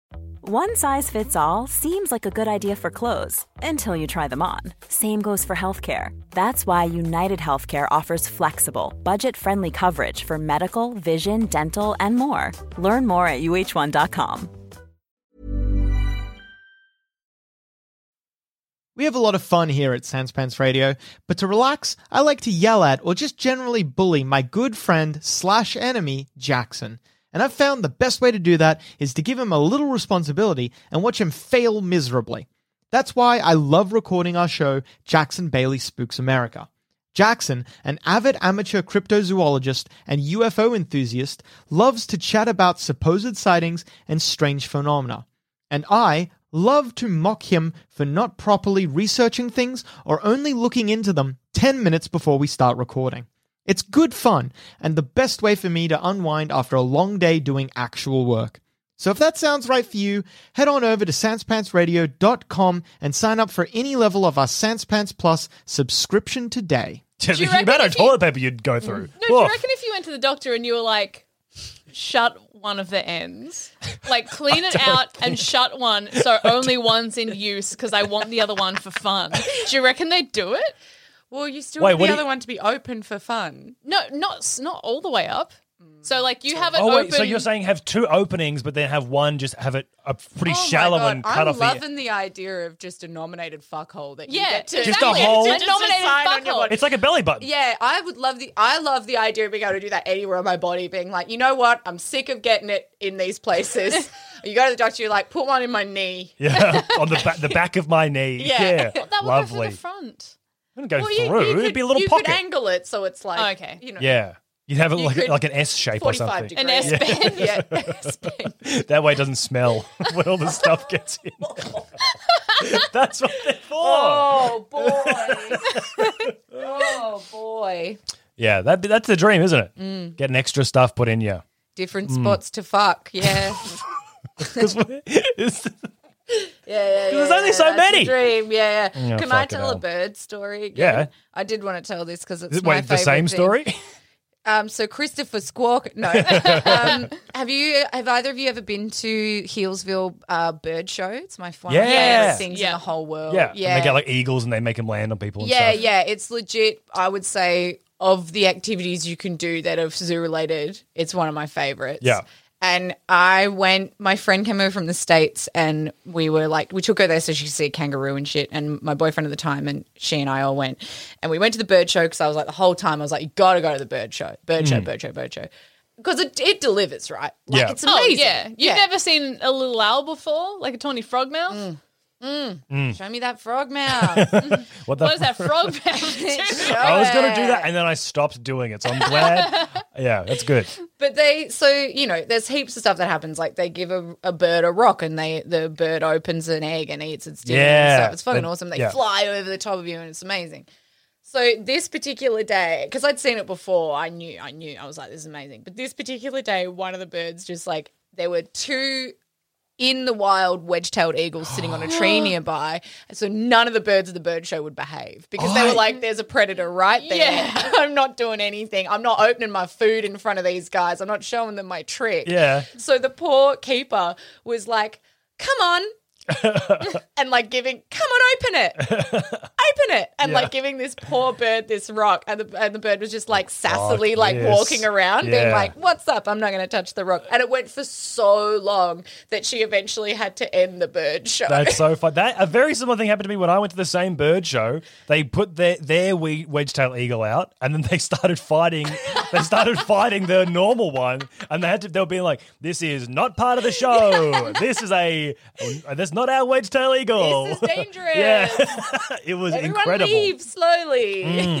Speaker 7: One size fits all seems like a good idea for clothes until you try them on. Same goes for healthcare. That's why United Healthcare offers flexible, budget friendly coverage for medical, vision, dental, and more. Learn more at uh1.com.
Speaker 3: We have a lot of fun here at Sanspants Radio, but to relax, I like to yell at or just generally bully my good friend slash enemy, Jackson. And I've found the best way to do that is to give him a little responsibility and watch him fail miserably. That's why I love recording our show, Jackson Bailey Spooks America. Jackson, an avid amateur cryptozoologist and UFO enthusiast, loves to chat about supposed sightings and strange phenomena. And I love to mock him for not properly researching things or only looking into them 10 minutes before we start recording. It's good fun and the best way for me to unwind after a long day doing actual work. So if that sounds right for you, head on over to sanspantsradio.com and sign up for any level of our Sanspants Plus subscription today.
Speaker 4: the amount
Speaker 5: reckon
Speaker 4: of
Speaker 5: if you- Mm.
Speaker 4: toilet paper you'd go through.
Speaker 5: [LAUGHS] No, do you
Speaker 4: Woof.
Speaker 5: reckon if you went to the doctor and you were like, shut one of the ends,
Speaker 4: [LAUGHS]
Speaker 5: like clean it out and shut one so only one's in use because I want the other one for fun? Do you reckon they'd do it?
Speaker 6: Well, you still
Speaker 4: Wait,
Speaker 6: want
Speaker 4: what
Speaker 6: the
Speaker 4: do
Speaker 6: other
Speaker 4: you-
Speaker 6: one to be open for fun. Mm,
Speaker 5: No, not not all the way up. So like you
Speaker 6: [LAUGHS]
Speaker 5: have it
Speaker 4: oh,
Speaker 5: open.
Speaker 4: wait, so you're saying have two openings, but then have one just have it a pretty
Speaker 6: Oh my
Speaker 4: shallow
Speaker 6: God,
Speaker 4: and cut
Speaker 6: I'm
Speaker 4: off the- e-,
Speaker 6: loving the idea of just a nominated fuckhole that you
Speaker 5: Yeah,
Speaker 6: get to
Speaker 4: Just a
Speaker 5: exactly.
Speaker 4: hole.
Speaker 5: It's
Speaker 4: Just
Speaker 5: a
Speaker 6: a
Speaker 5: nominated
Speaker 6: sign on your
Speaker 5: fuckhole.
Speaker 6: body.
Speaker 4: It's like a belly button.
Speaker 6: Yeah, I would love the I love the idea of being able to do that anywhere on my body, being like, you know what, I'm sick of getting it in
Speaker 5: [LAUGHS]
Speaker 6: these places. you go to the doctor, you're like, put one in my knee.
Speaker 4: Yeah, [LAUGHS] on the back, the back of my knee.
Speaker 6: Yeah.
Speaker 4: Yeah,
Speaker 5: that would go
Speaker 4: lovely.
Speaker 5: through the front.
Speaker 4: It wouldn't go
Speaker 6: Well,
Speaker 4: through.
Speaker 6: could,
Speaker 4: It'd be a little
Speaker 6: you
Speaker 4: pocket.
Speaker 6: could angle it so it's like,
Speaker 5: Oh, okay.
Speaker 6: you know,
Speaker 4: yeah, you'd have it
Speaker 6: You
Speaker 4: like
Speaker 6: could-
Speaker 4: like an S shape or
Speaker 6: 45
Speaker 4: something.
Speaker 6: degrees.
Speaker 5: An
Speaker 4: [LAUGHS]
Speaker 5: S [LAUGHS] bend.
Speaker 6: Yeah. [LAUGHS] S bend.
Speaker 4: That way it doesn't
Speaker 6: [LAUGHS]
Speaker 4: smell [LAUGHS] when all the stuff gets in. That's what they're for.
Speaker 6: Oh boy.
Speaker 5: [LAUGHS]
Speaker 6: [LAUGHS] oh boy.
Speaker 4: Hmm. Yeah, that that's the dream, isn't it?
Speaker 6: Mm.
Speaker 4: Getting extra stuff put in [LAUGHS]
Speaker 6: [LAUGHS]
Speaker 4: you.
Speaker 6: Different spots to fuck.
Speaker 4: [LAUGHS]
Speaker 6: Yeah.
Speaker 4: Because yeah,
Speaker 6: Yeah, yeah, yeah,
Speaker 4: there's only
Speaker 6: yeah,
Speaker 4: so
Speaker 6: that's the
Speaker 4: many.
Speaker 6: Dream, yeah. yeah.
Speaker 4: Mm, Yeah,
Speaker 6: Can I
Speaker 4: fucking
Speaker 6: tell a
Speaker 4: hell.
Speaker 6: bird story?
Speaker 4: Yeah.
Speaker 6: Again? I did want to tell this because it's my
Speaker 4: wait, the
Speaker 6: favorite
Speaker 4: same
Speaker 6: thing. [LAUGHS]
Speaker 4: story.
Speaker 6: Um, so Christopher Squawk.
Speaker 4: [LAUGHS]
Speaker 6: No, um, have you? Have either of you ever been to Hillsville uh, Bird Show? It's my one of my
Speaker 4: Yeah.
Speaker 6: favorite things in
Speaker 5: Yeah.
Speaker 6: the whole world.
Speaker 4: yeah,
Speaker 6: yeah,
Speaker 4: And they get like eagles and they make them land on people. And
Speaker 6: yeah,
Speaker 4: stuff.
Speaker 6: yeah. It's legit. I would say of the activities you can do that are zoo related, it's one of my favorites.
Speaker 4: Yeah.
Speaker 6: And I went. My friend came over from the states, and we were like, we took her there so she could see a kangaroo and shit. And my boyfriend at the time, and she and I all went, and we went to the bird show because I was like, the whole time I was like, you gotta go to the bird show, bird show, bird show, bird show, because it, it delivers, right? Like,
Speaker 4: Mm. Yeah.
Speaker 6: it's
Speaker 5: Oh
Speaker 6: amazing.
Speaker 5: yeah, you've never seen a little owl before, like a tawny frog mouth.
Speaker 6: Mm. show me that
Speaker 4: [LAUGHS]
Speaker 6: frog mouth.
Speaker 4: What the?
Speaker 5: What
Speaker 4: [LAUGHS]
Speaker 5: is that frog mouth?
Speaker 6: Show
Speaker 4: I was gonna do
Speaker 6: it.
Speaker 4: that, and then I stopped doing it. So I'm
Speaker 6: [LAUGHS]
Speaker 4: glad. yeah, that's good.
Speaker 6: But they, so you know, there's heaps of stuff that happens. Like they give a, a bird a rock, and they the bird opens an egg and eats its dinner.
Speaker 4: Yeah.
Speaker 6: so it's fucking
Speaker 4: They-
Speaker 6: awesome. They
Speaker 4: yeah.
Speaker 6: fly over the top of you, and it's amazing. So this particular day, because I'd seen it before, I knew, I knew, I was like, this is amazing. But this particular day, one of the birds just like there were two in the wild wedge-tailed eagles sitting on a
Speaker 4: [GASPS]
Speaker 6: tree nearby, and so none of the birds of the bird show would behave because they were
Speaker 4: I-
Speaker 6: like, "There's a predator right there.
Speaker 5: Yeah.
Speaker 6: [LAUGHS] I'm not doing anything. I'm not opening my food in front of these guys. I'm not showing them my trick."
Speaker 4: Yeah.
Speaker 6: So the poor keeper was like, "Come
Speaker 4: [LAUGHS]
Speaker 6: on." and like giving, come on, open it, open it, and like giving this poor bird this rock, and the and the bird was just like sassily like
Speaker 4: Oh, yes.
Speaker 6: walking around, being
Speaker 4: Yeah.
Speaker 6: like, "What's up? I'm not going to touch the rock." And it went for so long that she eventually had to end the bird show.
Speaker 4: That's so fun. That a very similar thing happened to me when I went to the same bird show. They put their their we- wedge-tailed eagle out, and then they [LAUGHS] started fighting. they started fighting the normal one, and they had to. They were being like, "This is not part of the
Speaker 6: [LAUGHS]
Speaker 4: show. this is a. That's not our wedge-tailed eagle.
Speaker 6: [LAUGHS] This is
Speaker 4: [LAUGHS]
Speaker 6: dangerous.
Speaker 4: yeah, it was
Speaker 6: Everyone
Speaker 4: incredible. Mm.
Speaker 6: leave slowly. [LAUGHS]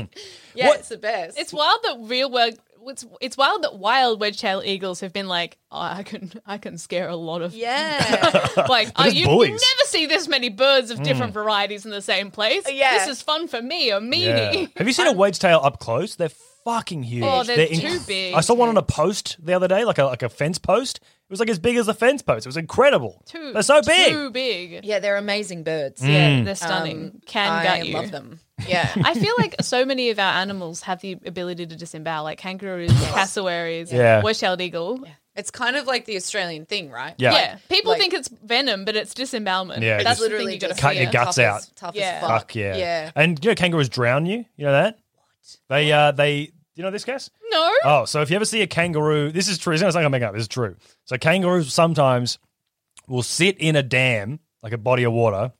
Speaker 6: yeah,
Speaker 4: What-
Speaker 6: it's the best.
Speaker 5: It's wild that real world. It's, it's wild that wild wedge-tailed eagles have been like, oh, I can I can scare a lot of
Speaker 6: [LAUGHS] yeah.
Speaker 5: [LAUGHS] like oh,
Speaker 4: Just
Speaker 5: you
Speaker 4: bullies. Mm.
Speaker 5: never see this many birds of different varieties in the same place.
Speaker 6: Yeah.
Speaker 5: this is fun for me, a
Speaker 4: Yeah.
Speaker 5: meanie.
Speaker 4: Have you seen a wedge-tail up close? They're fucking huge.
Speaker 5: Oh, they're too big.
Speaker 4: I saw one on a post the other day, like a like a fence post. It was like as big as a fence post. It was incredible.
Speaker 5: [LAUGHS] Too,
Speaker 4: They're so big.
Speaker 5: Too big.
Speaker 6: [LAUGHS] yeah, they're amazing
Speaker 4: Mm.
Speaker 6: birds. Um,
Speaker 5: Yeah, they're stunning. Can
Speaker 6: I
Speaker 5: gut you.
Speaker 6: love them. [LAUGHS] Yeah.
Speaker 5: I feel like so many of our animals have the ability to disembowel, like kangaroos, cassowaries,
Speaker 4: Yeah.
Speaker 5: wedge-tailed eagle.
Speaker 6: It's kind of like the Australian thing, right?
Speaker 4: Yeah.
Speaker 5: Yeah, people
Speaker 6: Like-
Speaker 5: think it's venom, but it's disembowelment.
Speaker 4: Yeah,
Speaker 5: that's
Speaker 4: just-
Speaker 5: the thing you got to
Speaker 6: just
Speaker 4: cut your
Speaker 6: tough
Speaker 4: gut. guts
Speaker 6: as-
Speaker 4: out.
Speaker 6: Tough
Speaker 5: Yeah.
Speaker 6: as fuck.
Speaker 4: Fuck yeah.
Speaker 6: Yeah.
Speaker 4: And you know kangaroos drown you? You know that? They uh they you know this guess?
Speaker 5: No,
Speaker 4: Oh, so if you ever see a kangaroo, this is true. It's not going to make up. This is true. So kangaroos sometimes will sit in a dam, like a body of water,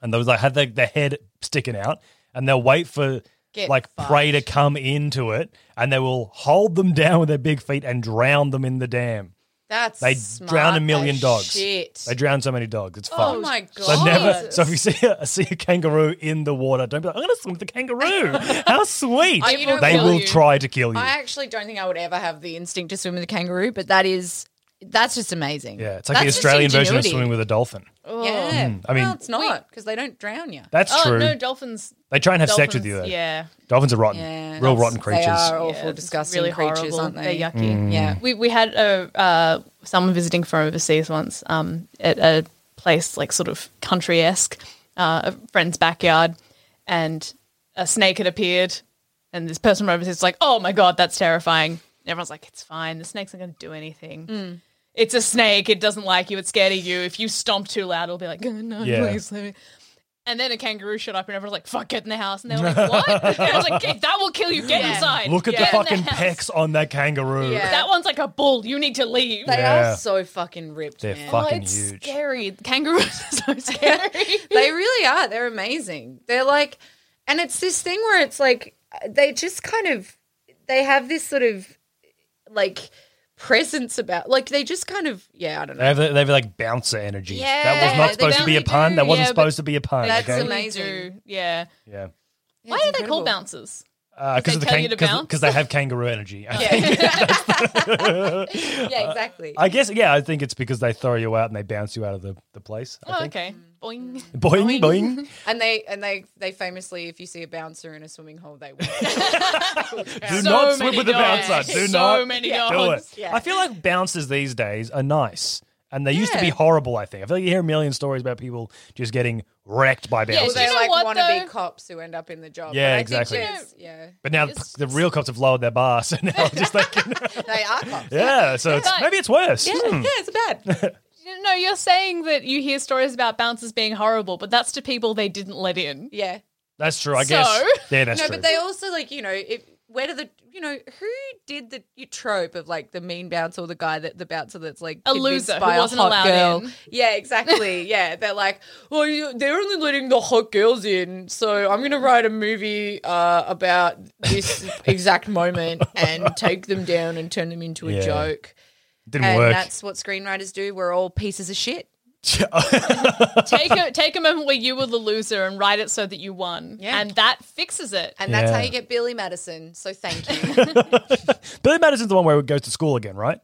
Speaker 4: and they'll like have their, their head sticking out, and they'll wait for
Speaker 6: Get
Speaker 4: like
Speaker 6: fucked.
Speaker 4: prey to come into it, and they will hold them [LAUGHS] down with their big feet and drown them in the dam.
Speaker 6: That's
Speaker 4: They
Speaker 6: smart
Speaker 4: drown a million
Speaker 6: as
Speaker 4: dogs.
Speaker 6: Shit.
Speaker 4: They drown so many dogs. It's
Speaker 6: oh
Speaker 4: fucked.
Speaker 6: my god.
Speaker 4: So never. So if you see a, see a kangaroo in the water, don't be like, "I'm going to swim with the
Speaker 6: [LAUGHS]
Speaker 4: kangaroo." How sweet!
Speaker 6: Oh, you know
Speaker 4: they
Speaker 6: what?
Speaker 4: will
Speaker 5: You-
Speaker 4: try to kill you.
Speaker 6: I actually don't think I would ever have the instinct to swim with a kangaroo, but that is that's just amazing.
Speaker 4: yeah, it's like
Speaker 6: That's
Speaker 4: the
Speaker 6: just
Speaker 4: Australian version of
Speaker 6: ingenuity.
Speaker 4: swimming with a dolphin.
Speaker 6: Yeah,
Speaker 4: Mm, I mean-
Speaker 6: well, it's not because they don't drown you.
Speaker 4: That's
Speaker 5: oh
Speaker 4: true.
Speaker 5: no, dolphins.
Speaker 4: they try and have sex with you though.
Speaker 5: dolphins- Yeah,
Speaker 4: Dolphins are rotten,
Speaker 6: Yeah,
Speaker 4: real
Speaker 6: that's-
Speaker 4: rotten creatures. Mm.
Speaker 6: They are
Speaker 5: Yeah,
Speaker 6: awful,
Speaker 5: it's
Speaker 6: disgusting
Speaker 5: really
Speaker 6: creatures,
Speaker 5: horrible.
Speaker 6: aren't they?
Speaker 5: They're yucky.
Speaker 6: Yeah,
Speaker 5: We we had a uh, someone visiting from overseas once um, at a place like sort of country esque, uh, a friend's backyard, and a snake had appeared, and this person from overseas was like, "Oh my god, that's terrifying." And everyone's like, "It's fine. The snake's not going to do anything." It's a snake. It doesn't like you. It's scared of you. If you stomp too loud, it'll be like, oh, "No,
Speaker 4: Yeah.
Speaker 5: please let me." And then a kangaroo showed up, and everyone's like, "Fuck, get in the house!" And they were like, "What?" [LAUGHS] and I was like, "Okay, "That will kill you. Get inside.
Speaker 4: Look at
Speaker 5: Get
Speaker 4: the
Speaker 5: in
Speaker 4: fucking
Speaker 5: house."
Speaker 4: pecs on that kangaroo.
Speaker 6: Yeah.
Speaker 5: That one's like a bull. You need to leave.
Speaker 6: they
Speaker 4: Yeah.
Speaker 6: are so fucking ripped.
Speaker 4: They're
Speaker 6: man.
Speaker 4: fucking
Speaker 5: Oh, it's
Speaker 4: huge.
Speaker 5: scary. Kangaroos [LAUGHS] are so scary.
Speaker 6: they really are. They're amazing. They're like, and it's this thing where it's like they just kind of they have this sort of like presence about like they just kind of yeah I don't
Speaker 4: They
Speaker 6: know.
Speaker 4: have, they have like bouncer energy.
Speaker 6: Yeah,
Speaker 4: that was not
Speaker 6: they
Speaker 4: supposed to be a
Speaker 5: definitely
Speaker 4: pun.
Speaker 5: do,
Speaker 4: That wasn't
Speaker 5: yeah, but
Speaker 4: supposed to be a pun.
Speaker 6: that's
Speaker 4: okay?
Speaker 6: amazing.
Speaker 5: do. Yeah.
Speaker 4: Yeah,
Speaker 5: Why
Speaker 6: it's
Speaker 5: are they called
Speaker 6: incredible.
Speaker 5: bouncers?
Speaker 4: because
Speaker 5: they
Speaker 4: of the
Speaker 5: tell you to
Speaker 4: because
Speaker 5: bounce?
Speaker 4: because they have kangaroo energy. I think.
Speaker 5: Yeah.
Speaker 6: Yeah, exactly.
Speaker 4: I guess yeah. I think it's because they throw you out and they bounce you out of the, the place. I
Speaker 5: oh,
Speaker 4: think.
Speaker 5: okay. [LAUGHS] Boing.
Speaker 4: Boing
Speaker 5: [LAUGHS]
Speaker 4: boing.
Speaker 6: and they and they they famously if you see a bouncer in a swimming hole they
Speaker 4: Do
Speaker 6: will.
Speaker 5: So
Speaker 4: not swim
Speaker 5: many
Speaker 4: with the
Speaker 5: dogs.
Speaker 4: bouncer. Do
Speaker 5: So
Speaker 4: not
Speaker 5: many
Speaker 4: do it.
Speaker 5: dogs.
Speaker 4: I feel like bouncers these days are nice. And they used to be
Speaker 6: Yeah.
Speaker 4: horrible, I think. I feel like you hear a million stories about people just getting wrecked by
Speaker 5: Yeah,
Speaker 4: bouncers.
Speaker 5: do you
Speaker 6: They're
Speaker 5: know
Speaker 6: like
Speaker 5: what,
Speaker 6: wannabe
Speaker 5: though?
Speaker 6: cops who end up in the job.
Speaker 4: Yeah,
Speaker 6: But I
Speaker 4: exactly.
Speaker 6: Think there's- yeah,
Speaker 4: but now
Speaker 5: It's-
Speaker 4: the real cops have lowered their bar, [LAUGHS] so now I'm just like,
Speaker 6: they are cops.
Speaker 4: yeah, so it's, maybe it's worse.
Speaker 6: Yeah,
Speaker 4: Hmm.
Speaker 6: yeah, it's
Speaker 4: [LAUGHS]
Speaker 6: bad.
Speaker 5: No, you're saying that you hear stories about bouncers being horrible, but that's to people they didn't let in.
Speaker 6: Yeah.
Speaker 4: That's true, I
Speaker 5: So?
Speaker 4: guess.
Speaker 6: [LAUGHS]
Speaker 4: Yeah, that's
Speaker 6: no,
Speaker 4: true.
Speaker 6: but they also like you know if where do the you know who did the you trope of like the mean bouncer or the guy that the bouncer that's like
Speaker 5: A
Speaker 6: convinced
Speaker 5: loser who
Speaker 6: by a
Speaker 5: wasn't
Speaker 6: hot
Speaker 5: allowed
Speaker 6: girl.
Speaker 5: in.
Speaker 6: [LAUGHS] Yeah, exactly. yeah, they're like, well, you, they're only letting the hot girls in, so I'm gonna write a movie uh, about
Speaker 4: [LAUGHS]
Speaker 6: this exact moment and take them down and turn them into a
Speaker 4: Yeah.
Speaker 6: joke.
Speaker 4: Didn't
Speaker 6: and
Speaker 4: work.
Speaker 6: that's what screenwriters do. We're all pieces of shit.
Speaker 5: Take a take a moment where you were the loser and write it so that you won.
Speaker 6: Yeah.
Speaker 5: And that fixes it.
Speaker 6: And that's how
Speaker 4: Yeah.
Speaker 6: you get Billy Madison. So thank
Speaker 4: [LAUGHS]
Speaker 6: you.
Speaker 4: Billy Madison's the one where he goes to school again, right?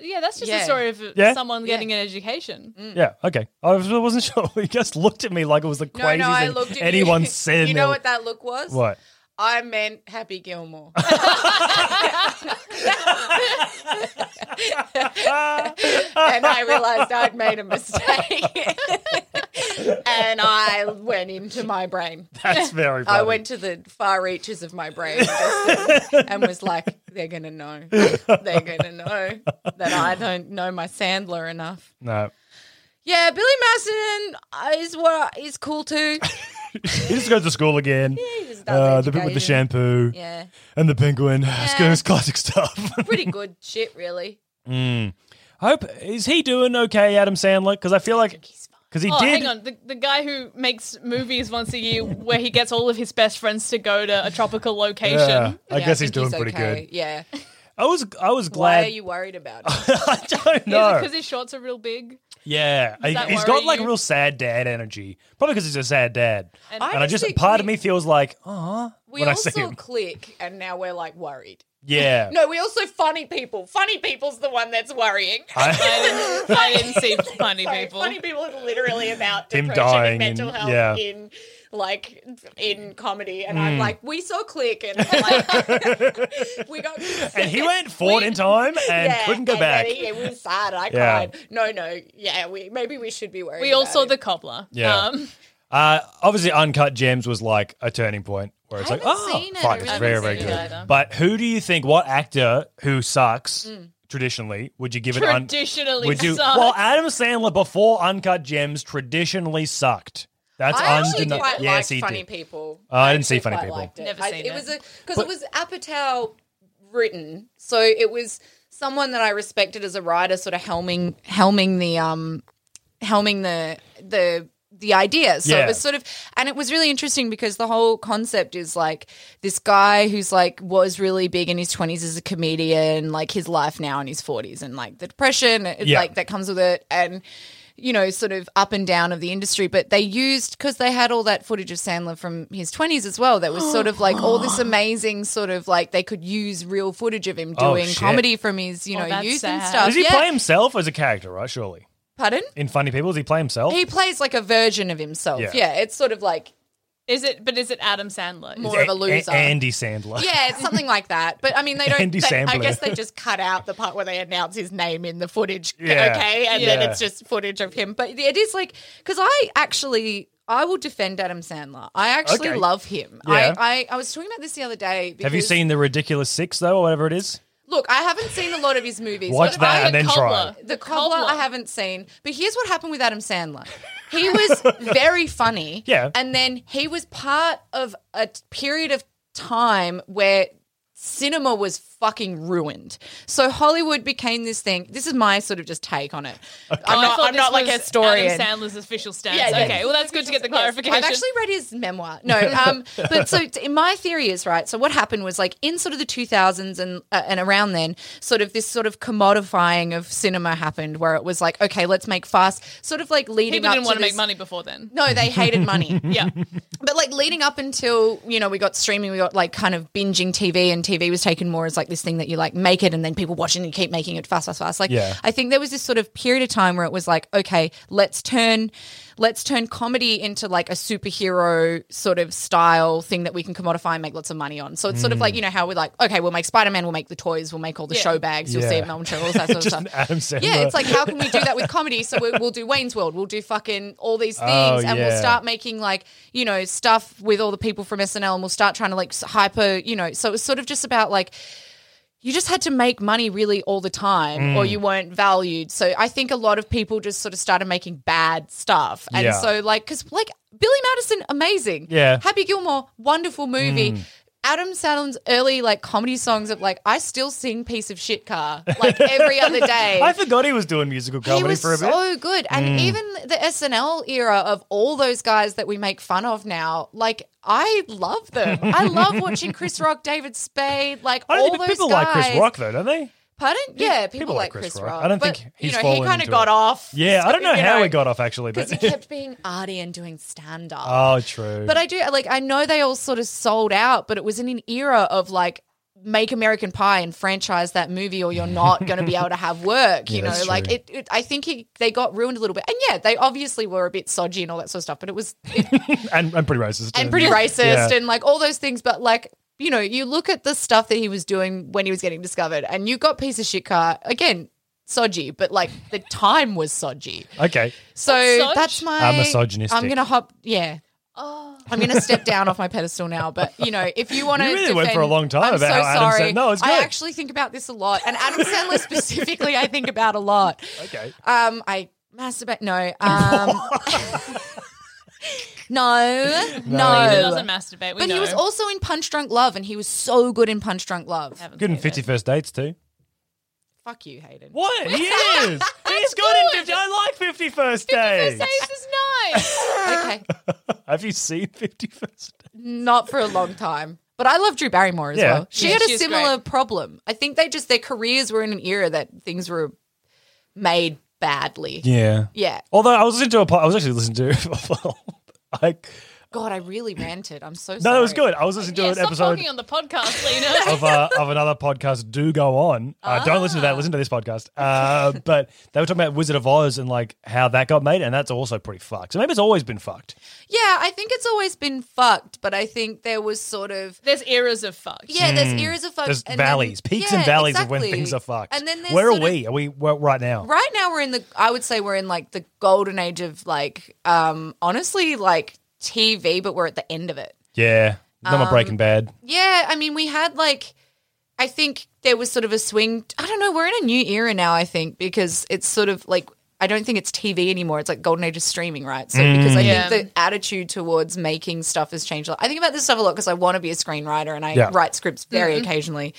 Speaker 5: Yeah, that's just
Speaker 6: Yeah.
Speaker 5: a story of uh,
Speaker 4: Yeah.
Speaker 5: someone getting an education.
Speaker 4: Yeah, okay. I was- I wasn't [LAUGHS] sure. He just looked at me like it was the
Speaker 6: Mm. no,
Speaker 4: craziest
Speaker 6: no, I
Speaker 4: thing
Speaker 6: looked at
Speaker 4: anyone
Speaker 6: [LAUGHS] you.
Speaker 4: said.
Speaker 6: You
Speaker 4: in
Speaker 6: know
Speaker 4: their-
Speaker 6: what that look was?
Speaker 4: What?
Speaker 6: I meant Happy Gilmore. and I realized I'd made a mistake. and I went into my brain. [LAUGHS]
Speaker 4: That's very funny.
Speaker 6: I went to the far reaches of my brain just, and was like, they're going to know. They're going to know that I don't know my Sandler enough.
Speaker 4: No.
Speaker 6: Yeah, Billy Madison is what is cool too.
Speaker 4: He just goes to school again.
Speaker 6: [LAUGHS] just does
Speaker 4: uh, the bit with the
Speaker 6: education.
Speaker 4: shampoo
Speaker 6: Yeah,
Speaker 4: and the penguin. It's good, It's classic stuff.
Speaker 6: pretty good shit, really.
Speaker 4: I [LAUGHS] hope is he doing okay, Adam Sandler? Because I feel like because he
Speaker 5: Oh,
Speaker 4: did.
Speaker 5: hang on. The, the guy who makes movies once a year where he gets all of his best friends to go to a tropical location.
Speaker 4: Yeah, I
Speaker 6: Yeah,
Speaker 4: guess he's
Speaker 6: think
Speaker 4: doing pretty
Speaker 6: okay.
Speaker 4: good.
Speaker 6: Yeah.
Speaker 4: I was I was
Speaker 6: Why are
Speaker 4: glad.
Speaker 6: you worried about [LAUGHS] it?
Speaker 4: [LAUGHS] I don't know.
Speaker 5: Because his shorts are real big. [LAUGHS]
Speaker 4: yeah, I-
Speaker 5: that
Speaker 4: he's got
Speaker 5: worry
Speaker 4: like
Speaker 5: you?
Speaker 4: real sad dad energy. Probably because he's a sad dad. And, I
Speaker 6: just
Speaker 4: just
Speaker 6: think
Speaker 4: part of
Speaker 6: we-
Speaker 4: me feels like, oh,
Speaker 6: We
Speaker 4: when I see
Speaker 6: also
Speaker 4: him.
Speaker 6: click, and now we're like worried.
Speaker 4: Yeah.
Speaker 6: [LAUGHS] No, we also funny people. Funny people's the one that's worrying.
Speaker 4: I-
Speaker 5: I didn't, I
Speaker 4: [LAUGHS]
Speaker 5: didn't see funny
Speaker 6: Sorry,
Speaker 5: people.
Speaker 6: Funny people is literally about
Speaker 4: Him
Speaker 6: depression
Speaker 4: dying
Speaker 6: and mental
Speaker 4: and-
Speaker 6: health
Speaker 4: yeah. Mm.
Speaker 6: in like in comedy, and I'm like, we saw click, and like, [LAUGHS] we got.
Speaker 4: [LAUGHS] and he
Speaker 6: [LAUGHS]
Speaker 4: went forward in time and
Speaker 6: Yeah,
Speaker 4: couldn't go
Speaker 6: and
Speaker 4: back.
Speaker 6: then He, it was sad. I
Speaker 4: Yeah.
Speaker 6: cried. No, no. Yeah, we maybe we should be worried.
Speaker 5: we all
Speaker 6: about
Speaker 5: saw
Speaker 6: it.
Speaker 5: the cobbler. Um,
Speaker 4: Yeah. Uh, obviously, Uncut Gems was like a turning point where it's like,
Speaker 6: haven't
Speaker 4: oh,
Speaker 6: seen it. I
Speaker 4: fuck, it's
Speaker 6: really
Speaker 4: very,
Speaker 6: haven't
Speaker 4: very
Speaker 6: seen
Speaker 4: good.
Speaker 5: it either.
Speaker 6: Hmm.
Speaker 4: But who do you think, what actor who sucks traditionally, would you give it un-
Speaker 5: Traditionally
Speaker 4: would you,
Speaker 5: sucks.
Speaker 4: Well, Adam Sandler before Uncut Gems traditionally sucked. That's
Speaker 6: I actually
Speaker 4: undeniable.
Speaker 6: quite
Speaker 4: Yes, he
Speaker 6: liked Funny
Speaker 4: did.
Speaker 6: People.
Speaker 4: Oh, I didn't see
Speaker 6: actually
Speaker 4: Funny
Speaker 6: quite
Speaker 4: People.
Speaker 6: liked it.
Speaker 5: Never
Speaker 6: I-
Speaker 5: seen
Speaker 6: it
Speaker 5: it.
Speaker 6: was because it was Apatow written, so it was someone that I respected as a writer, sort of helming helming the um helming the the the idea. So
Speaker 4: Yeah.
Speaker 6: it was sort of and it was really interesting because the whole concept is like this guy who's like was really big in his 20s as a comedian, like his life now in his 40s and like the depression it-
Speaker 4: Yeah.
Speaker 6: like that comes with it and you know sort of up and down of the industry but they used cuz they had all that footage of Sandler from his 20s as well that was sort of like
Speaker 4: [GASPS]
Speaker 6: all this amazing sort of like they could use real footage of him
Speaker 4: Oh,
Speaker 6: doing
Speaker 4: shit.
Speaker 6: comedy from his you
Speaker 5: Oh,
Speaker 6: know
Speaker 5: that's
Speaker 6: youth and
Speaker 5: sad.
Speaker 6: stuff
Speaker 4: Does he
Speaker 6: Yeah.
Speaker 4: play himself as a character, right? Surely.
Speaker 6: pardon
Speaker 4: In Funny People, does he play himself?
Speaker 6: he plays like a version of himself.
Speaker 4: Yeah.
Speaker 6: Yeah, it's sort of like
Speaker 5: Is it? But is it Adam Sandler?
Speaker 6: More- of a loser.
Speaker 4: Andy Sandler.
Speaker 6: yeah, it's something like that. But I mean, they don't.
Speaker 4: Andy
Speaker 6: They, I
Speaker 4: Samberg.
Speaker 6: guess they just cut out the part where they announce his name in the footage.
Speaker 4: Yeah.
Speaker 6: Okay, and
Speaker 4: Yeah.
Speaker 6: then it's just footage of him. But it is like because I actually. I will defend Adam Sandler. I actually
Speaker 4: Okay.
Speaker 6: love him.
Speaker 4: Yeah.
Speaker 6: I, I, I was talking about this the other day.
Speaker 4: [LAUGHS]
Speaker 6: Because,
Speaker 4: Have you seen The Ridiculous Six, though, or whatever it is? [LAUGHS]
Speaker 6: Look, I haven't seen a lot of his movies.
Speaker 4: Watch
Speaker 6: but
Speaker 4: that
Speaker 6: I-
Speaker 4: and then try.
Speaker 5: Cobbler.
Speaker 4: it.
Speaker 6: The cobbler,
Speaker 5: Cobbler.
Speaker 6: I haven't seen, but here's what happened with Adam Sandler. He was very funny.
Speaker 4: Yeah.
Speaker 6: And then he was part of a t- period of time where cinema was fucking ruined. So Hollywood became this thing. This is my sort of just take on it. I'm
Speaker 5: Oh, I
Speaker 6: not,
Speaker 5: thought
Speaker 6: I'm not
Speaker 5: this
Speaker 6: like
Speaker 5: was
Speaker 6: a historian.
Speaker 5: Adam Sandler's official stance.
Speaker 6: Yeah, yeah.
Speaker 5: okay, well that's good to get the clarification.
Speaker 6: I've actually read his memoir.
Speaker 5: [LAUGHS]
Speaker 6: No, um, but so t- my theory is right. So what happened was like in sort of the 2000s and uh, and around then, sort of this sort of commodifying of cinema happened, where it was like, okay, let's make fast, sort of like leading
Speaker 5: people
Speaker 6: up
Speaker 5: didn't
Speaker 6: to
Speaker 5: want to
Speaker 6: this-
Speaker 5: make money before then.
Speaker 6: No, they hated
Speaker 5: [LAUGHS]
Speaker 6: money. [LAUGHS]
Speaker 5: Yeah,
Speaker 6: But like leading up until, you know, we got streaming, we got like kind of binging TV and TV was taken more as like this thing that you like make it and then people watch it and you keep making it fast, fast, fast. Like
Speaker 4: Yeah.
Speaker 6: I think there was this sort of period of time where it was like, okay, let's turn let's turn comedy into like a superhero sort of style thing that we can commodify and make lots of money on. So it's sort of
Speaker 4: Mm.
Speaker 6: like, you know, how we're like, okay, we'll make Spider Man, we'll make the toys, we'll make all the
Speaker 5: Yeah.
Speaker 6: show bags, you'll
Speaker 4: Yeah.
Speaker 6: see it, Melbourne show, all that
Speaker 4: [LAUGHS]
Speaker 6: sort of
Speaker 4: Just
Speaker 6: stuff.
Speaker 4: an Adam Sandler.
Speaker 6: Yeah, it's like how can we do that with comedy? So we- we'll do Wayne's World, we'll do fucking all these things,
Speaker 4: Oh,
Speaker 6: and
Speaker 4: yeah.
Speaker 6: we'll start making like you know stuff with all the people from SNL, and we'll start trying to like s- hyper, you know. So it was sort of just about like you just had to make money really all the time, or
Speaker 4: Mm.
Speaker 6: you weren't valued. So I think a lot of people just sort of started making bad stuff, and
Speaker 4: Yeah.
Speaker 6: so like because like Billy Madison, amazing,
Speaker 4: Yeah. Mm.
Speaker 6: Happy Gilmore, wonderful movie. Adam Sandler's early like comedy songs of like I still sing piece of shit car like
Speaker 4: [LAUGHS]
Speaker 6: every other day.
Speaker 4: I forgot he was doing musical comedy
Speaker 6: He was
Speaker 4: for a bit. Mm.
Speaker 6: so good, and even the SNL era of all those guys that we make fun of now, like I love them.
Speaker 4: [LAUGHS]
Speaker 6: I love watching Chris Rock, David Spade, like
Speaker 4: I
Speaker 6: all
Speaker 4: don't think
Speaker 6: those
Speaker 4: people
Speaker 6: guys.
Speaker 4: like Chris Rock though, don't they?
Speaker 6: Pardon? Yeah, people, like Chris, Rock.
Speaker 4: I don't
Speaker 6: But,
Speaker 4: think he's
Speaker 6: you know he
Speaker 4: fallen
Speaker 6: kind of
Speaker 4: into it.
Speaker 6: got off.
Speaker 4: Yeah, I don't know
Speaker 6: you
Speaker 4: how he got off actually, but
Speaker 6: because he kept being arty and doing stand up.
Speaker 4: [LAUGHS] oh, true.
Speaker 6: But I do like I know they all sort of sold out, but it was in an era of like make American Pie and franchise that movie, or you're not going to be able to have work.
Speaker 4: [LAUGHS]
Speaker 6: You
Speaker 4: Yeah,
Speaker 6: know,
Speaker 4: that's
Speaker 6: like
Speaker 4: true.
Speaker 6: it, it. I think he, they got ruined a little bit, and yeah, they obviously were a bit stodgy and all that sort of stuff. But it was
Speaker 4: and, and pretty racist.
Speaker 6: and pretty racist
Speaker 4: Yeah.
Speaker 6: and like all those things. But like you know, you look at the stuff that he was doing when he was getting discovered, and you got piece of shit car again. Sodgy, but like the time was sodgy.
Speaker 4: [LAUGHS] okay.
Speaker 6: So
Speaker 5: What's sodge?
Speaker 6: that's my.
Speaker 4: I'm misogynistic.
Speaker 6: I'm gonna hop. Yeah. I'm gonna step down off my pedestal now, but you know, if you want to,
Speaker 4: You really went for a long time
Speaker 6: I'm
Speaker 4: about
Speaker 6: so
Speaker 4: how Adam
Speaker 6: sorry.
Speaker 4: Sandler- No, it's
Speaker 6: I
Speaker 4: good.
Speaker 6: actually think about this a lot, and Adam Sandler specifically, I think about a lot.
Speaker 4: Okay.
Speaker 6: Um, I masturbate. No.
Speaker 4: [LAUGHS]
Speaker 6: Um, no. No.
Speaker 5: he doesn't masturbate. We
Speaker 6: but
Speaker 5: know.
Speaker 6: he was also in Punch Drunk Love, and he was so good in Punch Drunk Love.
Speaker 5: Haven't
Speaker 4: Good in
Speaker 5: seen it.
Speaker 4: Fifty First Dates too.
Speaker 6: Fuck you, Hayden.
Speaker 4: What? He
Speaker 6: [LAUGHS]
Speaker 4: is. He's good, in
Speaker 5: good.
Speaker 4: 50. I like Fifty First Dates.
Speaker 5: This is [LAUGHS] nice.
Speaker 6: Okay,
Speaker 4: Have you seen Fifty First? Dates?
Speaker 6: not for a long time. But I love Drew Barrymore as
Speaker 4: Yeah.
Speaker 6: well. She
Speaker 5: Yeah,
Speaker 6: had a
Speaker 5: she was
Speaker 6: similar problem. I think they just their careers were in an era that things were made badly.
Speaker 4: Yeah.
Speaker 6: Yeah.
Speaker 4: Although I was listening to a, po- I was actually listening to, [LAUGHS] like,
Speaker 6: God, I really ranted. I'm so sorry.
Speaker 4: no, it was good. I was listening to
Speaker 5: yeah,
Speaker 4: an
Speaker 5: stop
Speaker 4: episode.
Speaker 5: talking on the podcast,
Speaker 6: [LAUGHS]
Speaker 5: Lena. [LAUGHS]
Speaker 4: of, uh, of another podcast do go on. Uh, Don't listen to that. Listen to this podcast.
Speaker 6: [LAUGHS]
Speaker 4: Uh, but they were talking about Wizard of Oz and like how that got made, and that's also pretty fucked. So maybe it's always been fucked.
Speaker 6: Yeah, I think it's always been fucked, but I think there was sort of
Speaker 5: There's eras of fuck.
Speaker 6: yeah, there's eras of fucked.
Speaker 4: Hmm. There's
Speaker 6: and then-
Speaker 4: valleys, peaks
Speaker 6: yeah,
Speaker 4: and valleys of when
Speaker 6: exactly.
Speaker 4: things are fucked.
Speaker 6: And then there's
Speaker 4: where are
Speaker 6: sort of-
Speaker 4: we? Are we we right now?
Speaker 6: right now we're in the I would say we're in like the golden age of like um honestly like TV, but we're at the end of it. Um,
Speaker 4: Yeah, no more Breaking Bad.
Speaker 6: Yeah, I mean, we had like, I think there was sort of a swing. I don't know. We're in a new era now, I think, because it's sort of like I don't think it's TV anymore. It's like golden age of streaming, right? So because I
Speaker 5: Yeah.
Speaker 6: think the attitude towards making stuff has changed. a lot. I think about this stuff a lot because I want to be a screenwriter and I
Speaker 4: Yeah.
Speaker 6: write scripts very occasionally,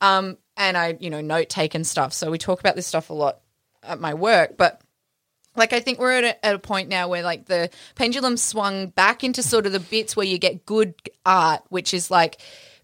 Speaker 6: um, and I you know note take and stuff. So we talk about this stuff a lot at my work, but like I think we're at a, at a point now where like the pendulum swung back into sort of the bits where you get good art, which is like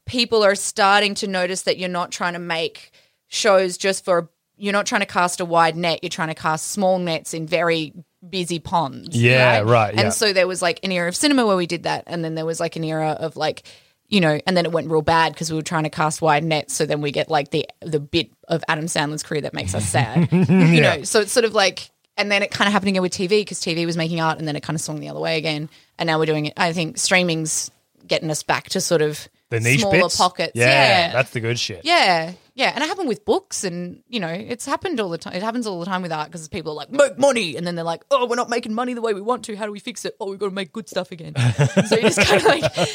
Speaker 6: people are starting to notice that you're not trying to make shows just for you're not trying to cast a wide net, you're trying to cast small nets in very busy ponds.
Speaker 4: Yeah, right,
Speaker 6: And
Speaker 4: yeah.
Speaker 6: so there was like an era of cinema where we did that, and then there was like an era of like you know, and then it went real bad because we were trying to cast wide nets. So then we get like the the bit of Adam Sandler's career that
Speaker 4: [LAUGHS]
Speaker 6: makes us sad, you know. So it's sort of like, and then it kind of happened again with TV because TV was making art, and then it kind of swung the other way again. And now we're doing it. I think streaming's getting us back to sort of
Speaker 4: The niche
Speaker 6: smaller
Speaker 4: bits?
Speaker 6: pockets.
Speaker 4: Yeah,
Speaker 6: yeah,
Speaker 4: that's the good shit.
Speaker 6: yeah, yeah, and it happened with books, and you know, it's happened all the time. It happens all the time with art because people are like, make money, and then they're like, oh, we're not making money the way we want to. How do we fix it? Oh, we've got to make good stuff again. so you just kind of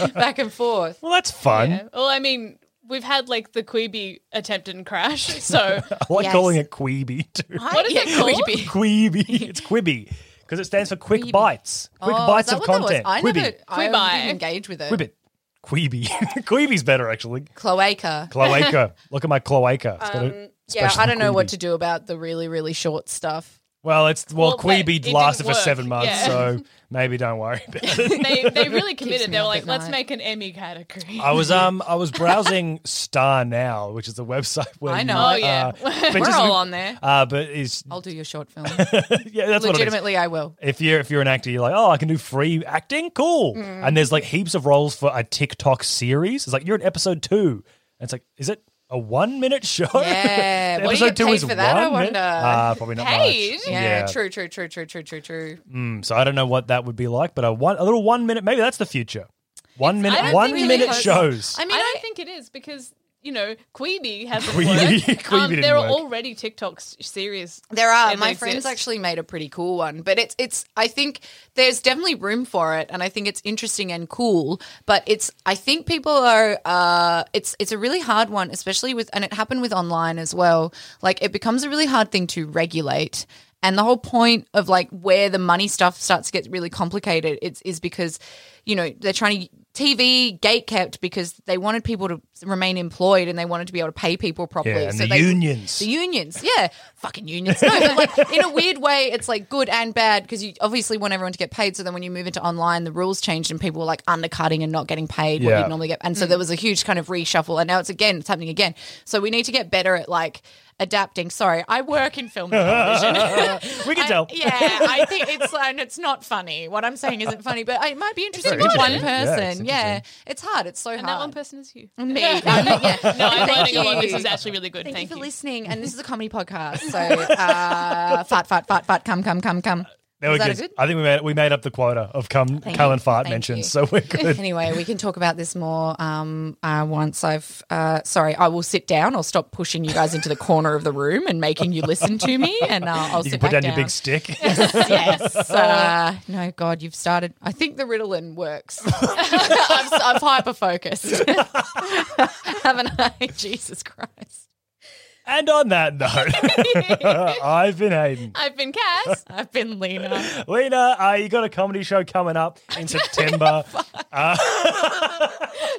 Speaker 6: like [LAUGHS] back and forth.
Speaker 4: Well, that's fun.
Speaker 5: Yeah. Well, I mean, we've had like the Queeby attempted and crash, [LAUGHS] so
Speaker 4: I like
Speaker 6: Yes.
Speaker 4: calling it Queeby too.
Speaker 5: what is it called?
Speaker 6: [LAUGHS]
Speaker 4: [LAUGHS]
Speaker 6: creepy.
Speaker 4: Queeby.
Speaker 6: [LAUGHS]
Speaker 4: It's Quibby because it stands for quick bites. Quick
Speaker 6: Oh,
Speaker 4: bites
Speaker 6: is that
Speaker 4: of
Speaker 6: what that was?
Speaker 4: content.
Speaker 6: I
Speaker 4: Quibby.
Speaker 6: never, I
Speaker 5: Quibi.
Speaker 6: didn't engage with it.
Speaker 4: Quibbit. Queeby. [LAUGHS] Queeby's better actually.
Speaker 6: Cloaca. [LAUGHS]
Speaker 4: Cloaca. Look at my cloaca. It's got a
Speaker 6: Um, Yeah,
Speaker 4: special
Speaker 6: I don't know
Speaker 4: Queeby.
Speaker 6: what to do about the really, really short stuff.
Speaker 4: Well, it's well,
Speaker 5: Well, wait,
Speaker 4: Queeby
Speaker 5: it
Speaker 4: lasted
Speaker 5: didn't
Speaker 4: for
Speaker 5: work.
Speaker 4: seven months,
Speaker 5: Yeah.
Speaker 4: so maybe don't worry
Speaker 6: [LAUGHS]
Speaker 4: about it.
Speaker 5: They they really committed.
Speaker 6: me
Speaker 5: They were
Speaker 6: up
Speaker 5: like,
Speaker 6: at
Speaker 5: let's
Speaker 6: night.
Speaker 5: make an Emmy category. [LAUGHS]
Speaker 4: I was um I was browsing Star Now, which is the website where
Speaker 6: I
Speaker 4: you,
Speaker 6: know.
Speaker 5: oh
Speaker 6: uh, [LAUGHS]
Speaker 5: yeah.
Speaker 4: but
Speaker 6: We're
Speaker 4: just-
Speaker 6: all on there.
Speaker 4: Uh, but is
Speaker 6: I'll do your short film.
Speaker 4: yeah, [LAUGHS] that's what it is.
Speaker 6: Legitimately, I will.
Speaker 4: If you're if you're an actor, you're like, oh, I can do free acting, cool.
Speaker 6: Mm.
Speaker 4: And there's like heaps of roles for a TikTok series. It's like you're in episode two. And it's like, is it a one minute show? [LAUGHS]
Speaker 6: Yeah. What do you get paid for that, I
Speaker 4: minute.
Speaker 6: wonder?
Speaker 4: Uh, probably not
Speaker 5: Paid?
Speaker 4: much.
Speaker 6: Yeah, true, true, true, true, true, true, true.
Speaker 4: Mm, so I don't know what that would be like, but a one a little one minute maybe that's the future. One
Speaker 5: I
Speaker 4: minute
Speaker 5: don't
Speaker 4: one
Speaker 5: think it
Speaker 4: minute
Speaker 5: is.
Speaker 4: shows.
Speaker 6: I mean,
Speaker 5: I
Speaker 6: I,
Speaker 5: don't think it is because you know Queeby hasn't
Speaker 4: Queeby-
Speaker 6: [LAUGHS]
Speaker 5: worked.
Speaker 4: Queeby
Speaker 5: um,
Speaker 4: didn't
Speaker 5: there are
Speaker 4: work.
Speaker 5: already TikTok s- series.
Speaker 6: there are.
Speaker 5: and
Speaker 6: My
Speaker 5: they
Speaker 6: friends
Speaker 5: exist.
Speaker 6: actually made a pretty cool one, but it's it's. I think there's definitely room for it, and I think it's interesting and cool. But it's. I think people are. Uh, it's it's a really hard one, especially with, and it happened with online as well. Like it becomes a really hard thing to regulate. And the whole point of like where the money stuff starts to get really complicated it's, is because, you know, they're trying to TV gatekept because they wanted people to remain employed and they wanted to be able to pay people properly.
Speaker 4: Yeah, and the
Speaker 6: they,
Speaker 4: unions.
Speaker 6: The unions, yeah, fucking unions. No, but like in a weird way, it's like good and bad because you obviously want everyone to get paid. So then when you move into online, the rules changed and people were like undercutting and not getting paid what
Speaker 4: Yeah.
Speaker 6: you normally get. And
Speaker 5: Mm.
Speaker 6: so there was a huge kind of reshuffle, and now it's again, it's happening again. So we need to get better at like adapting. Sorry, I work in film and
Speaker 4: [LAUGHS]
Speaker 6: television.
Speaker 4: we can
Speaker 6: I-
Speaker 4: tell.
Speaker 6: yeah, I think it's and it's not funny. What I'm saying isn't funny, but it might be interesting
Speaker 4: very
Speaker 6: to one
Speaker 4: interesting. Yeah, it's
Speaker 6: person. Yeah, it's hard. It's so
Speaker 5: And
Speaker 6: hard.
Speaker 5: that one person is you. [LAUGHS]
Speaker 6: [LAUGHS] Me. I know, yeah.
Speaker 5: No, I'm [LAUGHS]
Speaker 6: Thank
Speaker 5: learning a lot. This
Speaker 6: you.
Speaker 5: is actually really good.
Speaker 6: Thank,
Speaker 5: Thank,
Speaker 6: you for listening. And this is a comedy
Speaker 4: [LAUGHS]
Speaker 6: podcast, so uh, fart, fart, fart, fart, come, come, come, come.
Speaker 4: There
Speaker 6: Is
Speaker 4: we
Speaker 6: that
Speaker 4: go.
Speaker 6: a good?
Speaker 4: I think we made we made up the quota of cum, cum
Speaker 6: you.
Speaker 4: and fart
Speaker 6: Thank
Speaker 4: mentions,
Speaker 6: you. [LAUGHS]
Speaker 4: so we're good.
Speaker 6: Anyway, we can talk about this more um, uh, once I've. Uh, sorry, I will sit down. I'll stop pushing you guys into the corner of the room and making you listen to me, and uh, I'll
Speaker 4: you can
Speaker 6: sit
Speaker 4: put
Speaker 6: back
Speaker 4: down,
Speaker 6: down.
Speaker 4: your big [LAUGHS] stick. [LAUGHS]
Speaker 6: [LAUGHS] yes. Uh, no, God, you've started. I think the
Speaker 4: [LAUGHS]
Speaker 6: Ritalin works. I've, I've hyper [LAUGHS] focused, haven't I? Jesus Christ.
Speaker 4: and on that note,
Speaker 6: [LAUGHS]
Speaker 4: I've been Hayden.
Speaker 5: I've been Cass.
Speaker 6: I've been Lena.
Speaker 4: Lena, uh, you got a comedy show coming up
Speaker 6: [LAUGHS]
Speaker 4: in September.
Speaker 5: No,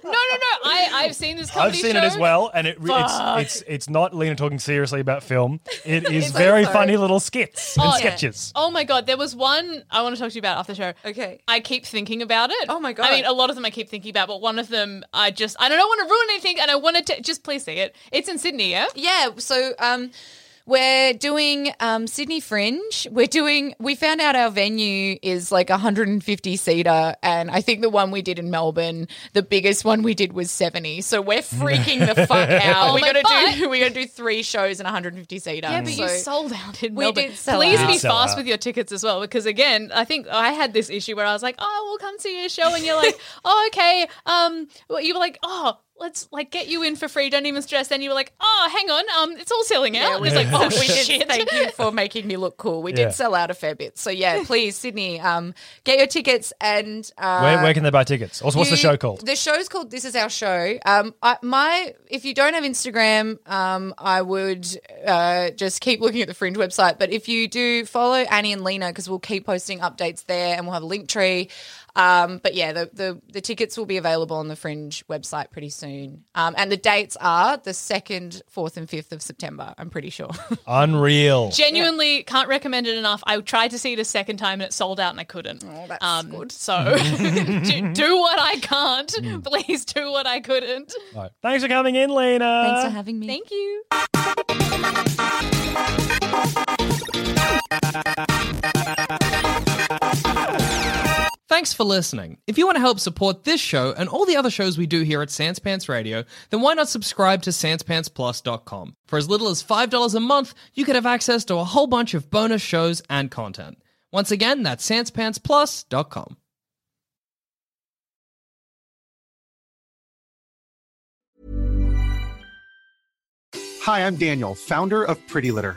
Speaker 5: no, no. I I've seen this comedy
Speaker 4: I've seen
Speaker 5: show.
Speaker 4: it as well, and it, re- it's it's it's not Lena talking seriously about film.
Speaker 6: [LAUGHS]
Speaker 4: It is
Speaker 6: so
Speaker 4: very
Speaker 6: sorry.
Speaker 4: funny little skits and
Speaker 5: Oh, yeah.
Speaker 4: sketches.
Speaker 5: Oh my god, there was one I want to talk to you about after the show.
Speaker 6: Okay.
Speaker 5: I keep thinking about it.
Speaker 6: Oh my God.
Speaker 5: I mean, a lot of them I keep thinking about, but one of them I just I don't want to ruin anything, and I wanted to just please see it. It's in Sydney, yeah.
Speaker 6: Yeah. So um, we're doing um, Sydney Fringe. We're doing. We found out our venue is like 150 seater, and I think the one we did in Melbourne, the biggest one we did was 70.
Speaker 5: [LAUGHS]
Speaker 6: So we're freaking the fuck out.
Speaker 5: Oh
Speaker 6: we
Speaker 5: my
Speaker 6: gotta do.
Speaker 5: butt.
Speaker 6: We gotta do three shows in 150 seater.
Speaker 5: Yeah, but you
Speaker 6: Mm. So-
Speaker 5: sold out in
Speaker 6: We
Speaker 5: Melbourne.
Speaker 6: did sell
Speaker 5: Please
Speaker 6: out.
Speaker 4: Did
Speaker 5: be
Speaker 4: sell
Speaker 5: fast
Speaker 4: out.
Speaker 5: with your tickets as well, because again, I think I had this [LAUGHS] issue where I was like, "Oh, we'll come to your show," and you're like, "Oh, okay." Um, well, you were like, "Oh." let's like get you in for free. Don't even stress. Then you were like, oh, hang on, um, it's all selling out.
Speaker 6: we
Speaker 5: it's like,
Speaker 6: did-
Speaker 5: oh
Speaker 6: we
Speaker 5: [LAUGHS]
Speaker 6: did
Speaker 5: shit.
Speaker 6: Thank you for making me look cool. We
Speaker 4: Yeah.
Speaker 6: did sell out a fair bit. So yeah, please, Sydney, um, get your tickets and uh,
Speaker 4: where, where can they buy tickets? Also, what's the
Speaker 6: you-
Speaker 4: show called?
Speaker 6: The show's called This Is Our Show. Um, I, my if you don't have Instagram, um, I would uh, just keep looking at the Fringe website. But if you do follow Annie and Lena, because we'll keep posting updates there, and we'll have a link tree. Um, but yeah, the, the the tickets will be available on the Fringe website pretty soon. Um, and the dates are the second, fourth, and fifth of September. I'm pretty sure.
Speaker 4: Unreal.
Speaker 5: Genuinely can't recommend it enough. I tried to see it a second time and it sold out and I couldn't.
Speaker 6: Oh,
Speaker 5: Um,
Speaker 6: that's good.
Speaker 5: So [LAUGHS] do, do what I can't. Please do what I couldn't.
Speaker 4: Right. Thanks for coming in, Lena.
Speaker 6: Thanks for having me.
Speaker 5: Thank you.
Speaker 8: Thanks for listening. If you want to help support this show and all the other shows we do here at Sans Pants Radio, then why not subscribe to SansPantsPlus.com? For as little as $5 a month, you could have access to a whole bunch of bonus shows and content. Once again, that's SansPantsPlus.com.
Speaker 9: Hi, I'm Daniel, founder of Pretty Litter.